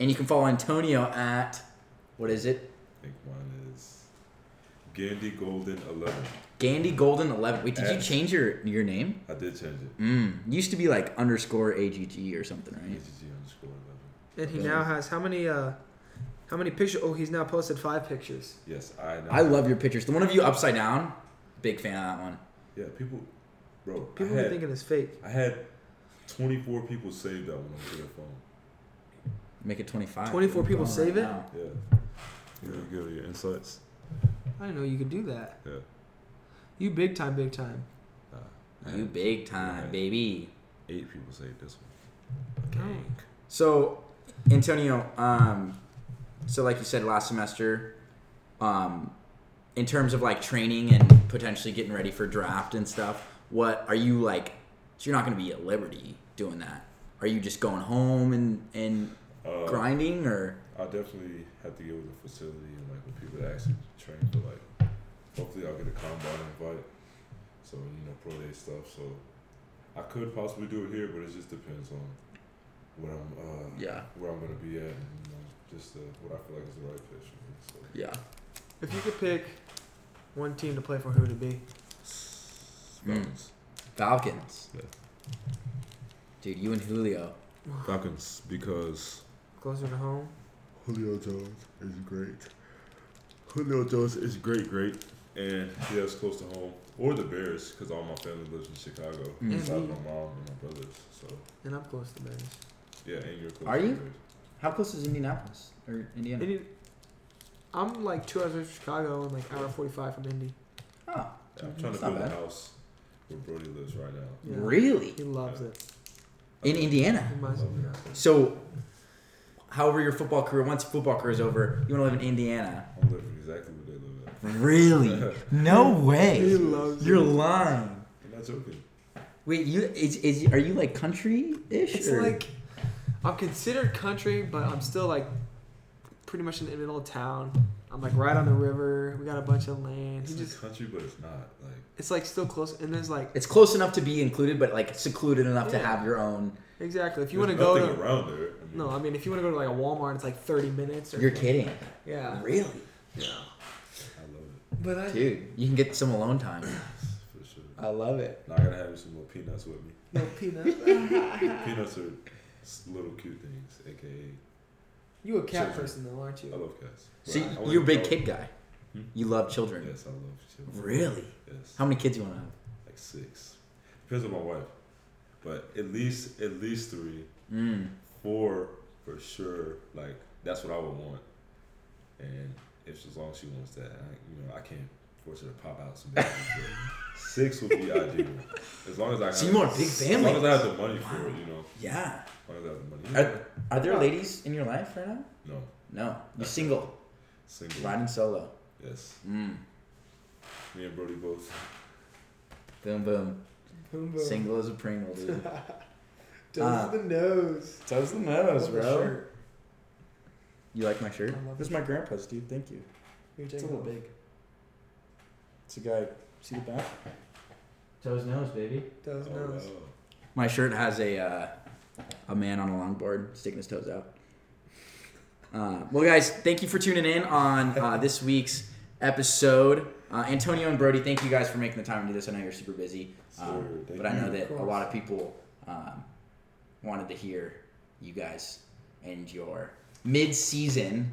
Speaker 1: And you can follow Antonio at, what is it?
Speaker 5: I think mine is Gandy Golden 11.
Speaker 1: Gandy Golden 11. Wait, did you
Speaker 5: Yes.
Speaker 1: change your, your name?
Speaker 5: I did change it.
Speaker 1: Mm. Used to be like underscore AGG or something, right?
Speaker 5: AGG underscore 11.
Speaker 6: And he now has how many uh how many pictures oh he's now posted five pictures.
Speaker 5: Yes, I know.
Speaker 1: I love your pictures. The one of you upside down, big fan of that one.
Speaker 5: Yeah, people, bro.
Speaker 6: People
Speaker 5: I
Speaker 6: are
Speaker 5: had,
Speaker 6: thinking it's fake.
Speaker 5: I had 24 people saved that one on their phone.
Speaker 1: Make it 25.
Speaker 6: 24 people
Speaker 1: Going
Speaker 6: save it?
Speaker 1: now.
Speaker 5: Yeah. Really good with your insights.
Speaker 6: I didn't know you could do that.
Speaker 5: Yeah.
Speaker 6: You big time, big time.
Speaker 5: Nah, I
Speaker 1: You
Speaker 5: had
Speaker 1: big time,
Speaker 5: Yeah.
Speaker 1: baby.
Speaker 5: eight people saved this one.
Speaker 1: So, Antonio, um, so like you said last semester, um, in terms of like training and potentially getting ready for draft and stuff, what are you like? So you're not going to be at Liberty doing that. Are you just going home and and
Speaker 5: Uh,
Speaker 1: grinding or?
Speaker 5: I definitely have to get with the facility and like with people that actually train for like. Hopefully, I'll get a combine invite. So you know, pro day stuff. So I could possibly do it here, but it just depends on where I'm. Uh,
Speaker 1: Yeah,
Speaker 5: Where I'm gonna be at, and you know, just uh, what I feel like is the right fit for me. So
Speaker 1: yeah.
Speaker 6: If you could pick one team to play for who would it be?
Speaker 5: Falcons.
Speaker 1: Falcons,
Speaker 5: Yeah.
Speaker 1: dude. You and Julio.
Speaker 5: Falcons because
Speaker 6: Closer to home?
Speaker 5: Julio Jones is great. Julio Jones is great, great, and yeah, it's close to home. Or the Bears, because all my family lives in Chicago.
Speaker 1: Mm.
Speaker 5: Besides
Speaker 6: Mhm.
Speaker 5: my mom and my brothers. So
Speaker 6: And I'm close to Bears.
Speaker 5: yeah, and you're close.
Speaker 1: Are
Speaker 5: to the
Speaker 1: you?
Speaker 5: Bears.
Speaker 1: How close is Indianapolis or Indiana?
Speaker 6: Indy, I'm like two hours away from Chicago and like hour forty five from Indy.
Speaker 1: Oh,
Speaker 5: Yeah,
Speaker 6: Mm-hmm.
Speaker 5: I'm trying to
Speaker 1: It's not
Speaker 5: build a
Speaker 1: bad.
Speaker 5: house where Brody lives right now.
Speaker 6: Yeah.
Speaker 1: really?
Speaker 6: He loves it.
Speaker 1: In Indiana.
Speaker 6: He reminds me of
Speaker 1: So, however your football career, once football career is over, you want to live in Indiana.
Speaker 5: I'm living exactly where they live at.
Speaker 1: Really? No
Speaker 6: He
Speaker 1: way.
Speaker 6: loves
Speaker 1: You're lying.
Speaker 5: I'm not joking.
Speaker 1: Wait, you is, is are you like country ish?
Speaker 6: It's like I'm considered country, but I'm still like pretty much in the middle of town. I'm like right on the river. We got a bunch of land.
Speaker 5: It's
Speaker 6: He
Speaker 5: in the
Speaker 6: just
Speaker 5: country, but it's not. Like
Speaker 6: it's like still close. And there's like
Speaker 1: it's close enough to be included, but like secluded enough to
Speaker 6: Yeah.
Speaker 1: have your own.
Speaker 6: exactly if you want
Speaker 5: there's
Speaker 6: to go
Speaker 5: nothing
Speaker 6: to
Speaker 5: around there. I mean,
Speaker 6: no, I mean if you want to go to like a Walmart, it's like 30 minutes. Or,
Speaker 1: You're kidding.
Speaker 6: Yeah.
Speaker 1: Really,
Speaker 6: Yeah.
Speaker 5: I love it
Speaker 6: But I
Speaker 1: dude? You can get some alone time.
Speaker 5: for sure.
Speaker 1: I love it.
Speaker 5: Now I gotta have some little peanuts with me.
Speaker 6: no peanut.
Speaker 5: Peanuts are s- little cute things, aka
Speaker 6: you a cat
Speaker 5: Children.
Speaker 6: person though, aren't
Speaker 5: I
Speaker 6: you?
Speaker 5: love cats. But
Speaker 1: So
Speaker 5: I- I
Speaker 1: you,
Speaker 5: wouldn't
Speaker 1: you're a big
Speaker 5: call-
Speaker 1: kid guy.
Speaker 5: Hmm?
Speaker 1: You love children.
Speaker 5: Yes, I love children.
Speaker 1: Really?
Speaker 5: Yes.
Speaker 1: How many kids you want to have?
Speaker 5: like six. Depends on my wife, but at least at least three.
Speaker 1: Mm.
Speaker 5: four for sure. Like that's what I would want. And if as long as she wants that, I, you know, I can't force her to pop out some babies. but six would be ideal. As long as I
Speaker 1: So
Speaker 5: have-
Speaker 1: you want a big family.
Speaker 5: As long as I have the money for it, you know.
Speaker 1: Yeah.
Speaker 5: As long as I have the money.
Speaker 1: Are, are there ladies in your life right now?
Speaker 5: no,
Speaker 1: No, you're single,
Speaker 5: single.
Speaker 1: riding solo.
Speaker 5: Yes,
Speaker 1: Mm.
Speaker 5: me and Brody both.
Speaker 1: Boom, boom.
Speaker 6: Boom, boom.
Speaker 1: Single as a Pringle, dude.
Speaker 6: Does
Speaker 1: Uh,
Speaker 6: the nose.
Speaker 1: Toes the nose,
Speaker 6: Love the shirt.
Speaker 1: You like my shirt?
Speaker 6: I love
Speaker 1: This is
Speaker 6: it.
Speaker 1: my grandpa's, dude. Thank you.
Speaker 6: You're
Speaker 1: It's a
Speaker 6: taking
Speaker 1: little
Speaker 6: off.
Speaker 1: big. It's a guy. See the back? Toes nose, baby.
Speaker 6: Does
Speaker 5: Oh,
Speaker 6: nose.
Speaker 5: wow.
Speaker 1: My shirt has a uh, a man on a longboard sticking his toes out. Uh, well, guys, thank you for tuning in on uh, this week's episode. Uh, Antonio and Brody, thank you guys for making the time to do this. I know you're super busy, um,
Speaker 5: Sure, thank
Speaker 1: but I know
Speaker 5: you.
Speaker 1: that
Speaker 6: Of
Speaker 1: a lot
Speaker 6: course.
Speaker 1: of people um, wanted to hear you guys and your mid-season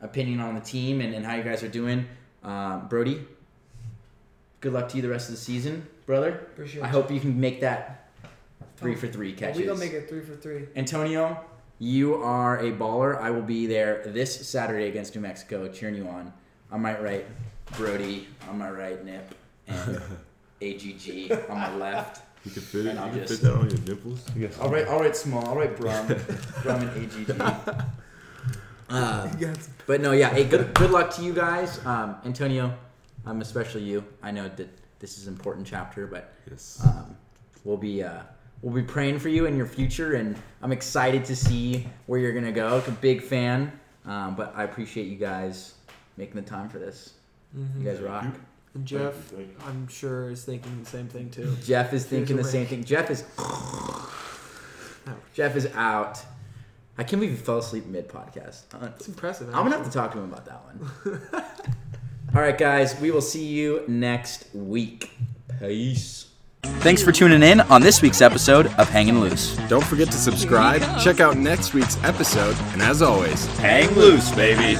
Speaker 1: opinion on the team and, and how you guys are doing. Um, Brody, good luck to you the rest of the season, brother.
Speaker 6: Appreciate
Speaker 1: I
Speaker 6: you.
Speaker 1: hope you can make that three for three
Speaker 6: Well,
Speaker 1: catches.
Speaker 6: we gonna make it three for three.
Speaker 1: Antonio, you are a baller. I will be there this Saturday against New Mexico cheering you on. On my right, Brody. On my right, Nip. And AGG on my left.
Speaker 5: You can fit it.
Speaker 1: And
Speaker 5: you
Speaker 1: I'm
Speaker 5: can
Speaker 1: just-
Speaker 5: fit that on your nipples.
Speaker 1: All right, all right, small. All right, Brum. Brum and AGG. Um,
Speaker 6: You got some-
Speaker 1: But no, yeah. Hey, good good luck to you guys, um, Antonio. Um, especially you. I know that this is an important chapter, but
Speaker 5: Yes.
Speaker 1: um, we'll be uh, we'll be praying for you and your future. And I'm excited to see where you're gonna go. I'm a big fan. Um, but I appreciate you guys making the time for this.
Speaker 4: Mm-hmm.
Speaker 1: You guys rock.
Speaker 4: And
Speaker 5: Thank you,
Speaker 4: Jeff,
Speaker 5: thank you.
Speaker 4: I'm sure, is thinking the same thing too.
Speaker 1: Jeff is thinking the
Speaker 4: Here's a
Speaker 1: same
Speaker 4: rake.
Speaker 1: thing. Jeff is. Jeff is out. I can't believe he fell asleep mid podcast.
Speaker 4: It's impressive.
Speaker 1: I'm gonna have to talk to him about that one. All right, guys, we will see you next week. Peace.
Speaker 3: Thanks for tuning in on this week's episode of Hanging Loose.
Speaker 8: Don't forget to subscribe, check out next week's episode, and as always,
Speaker 3: Hang loose, baby.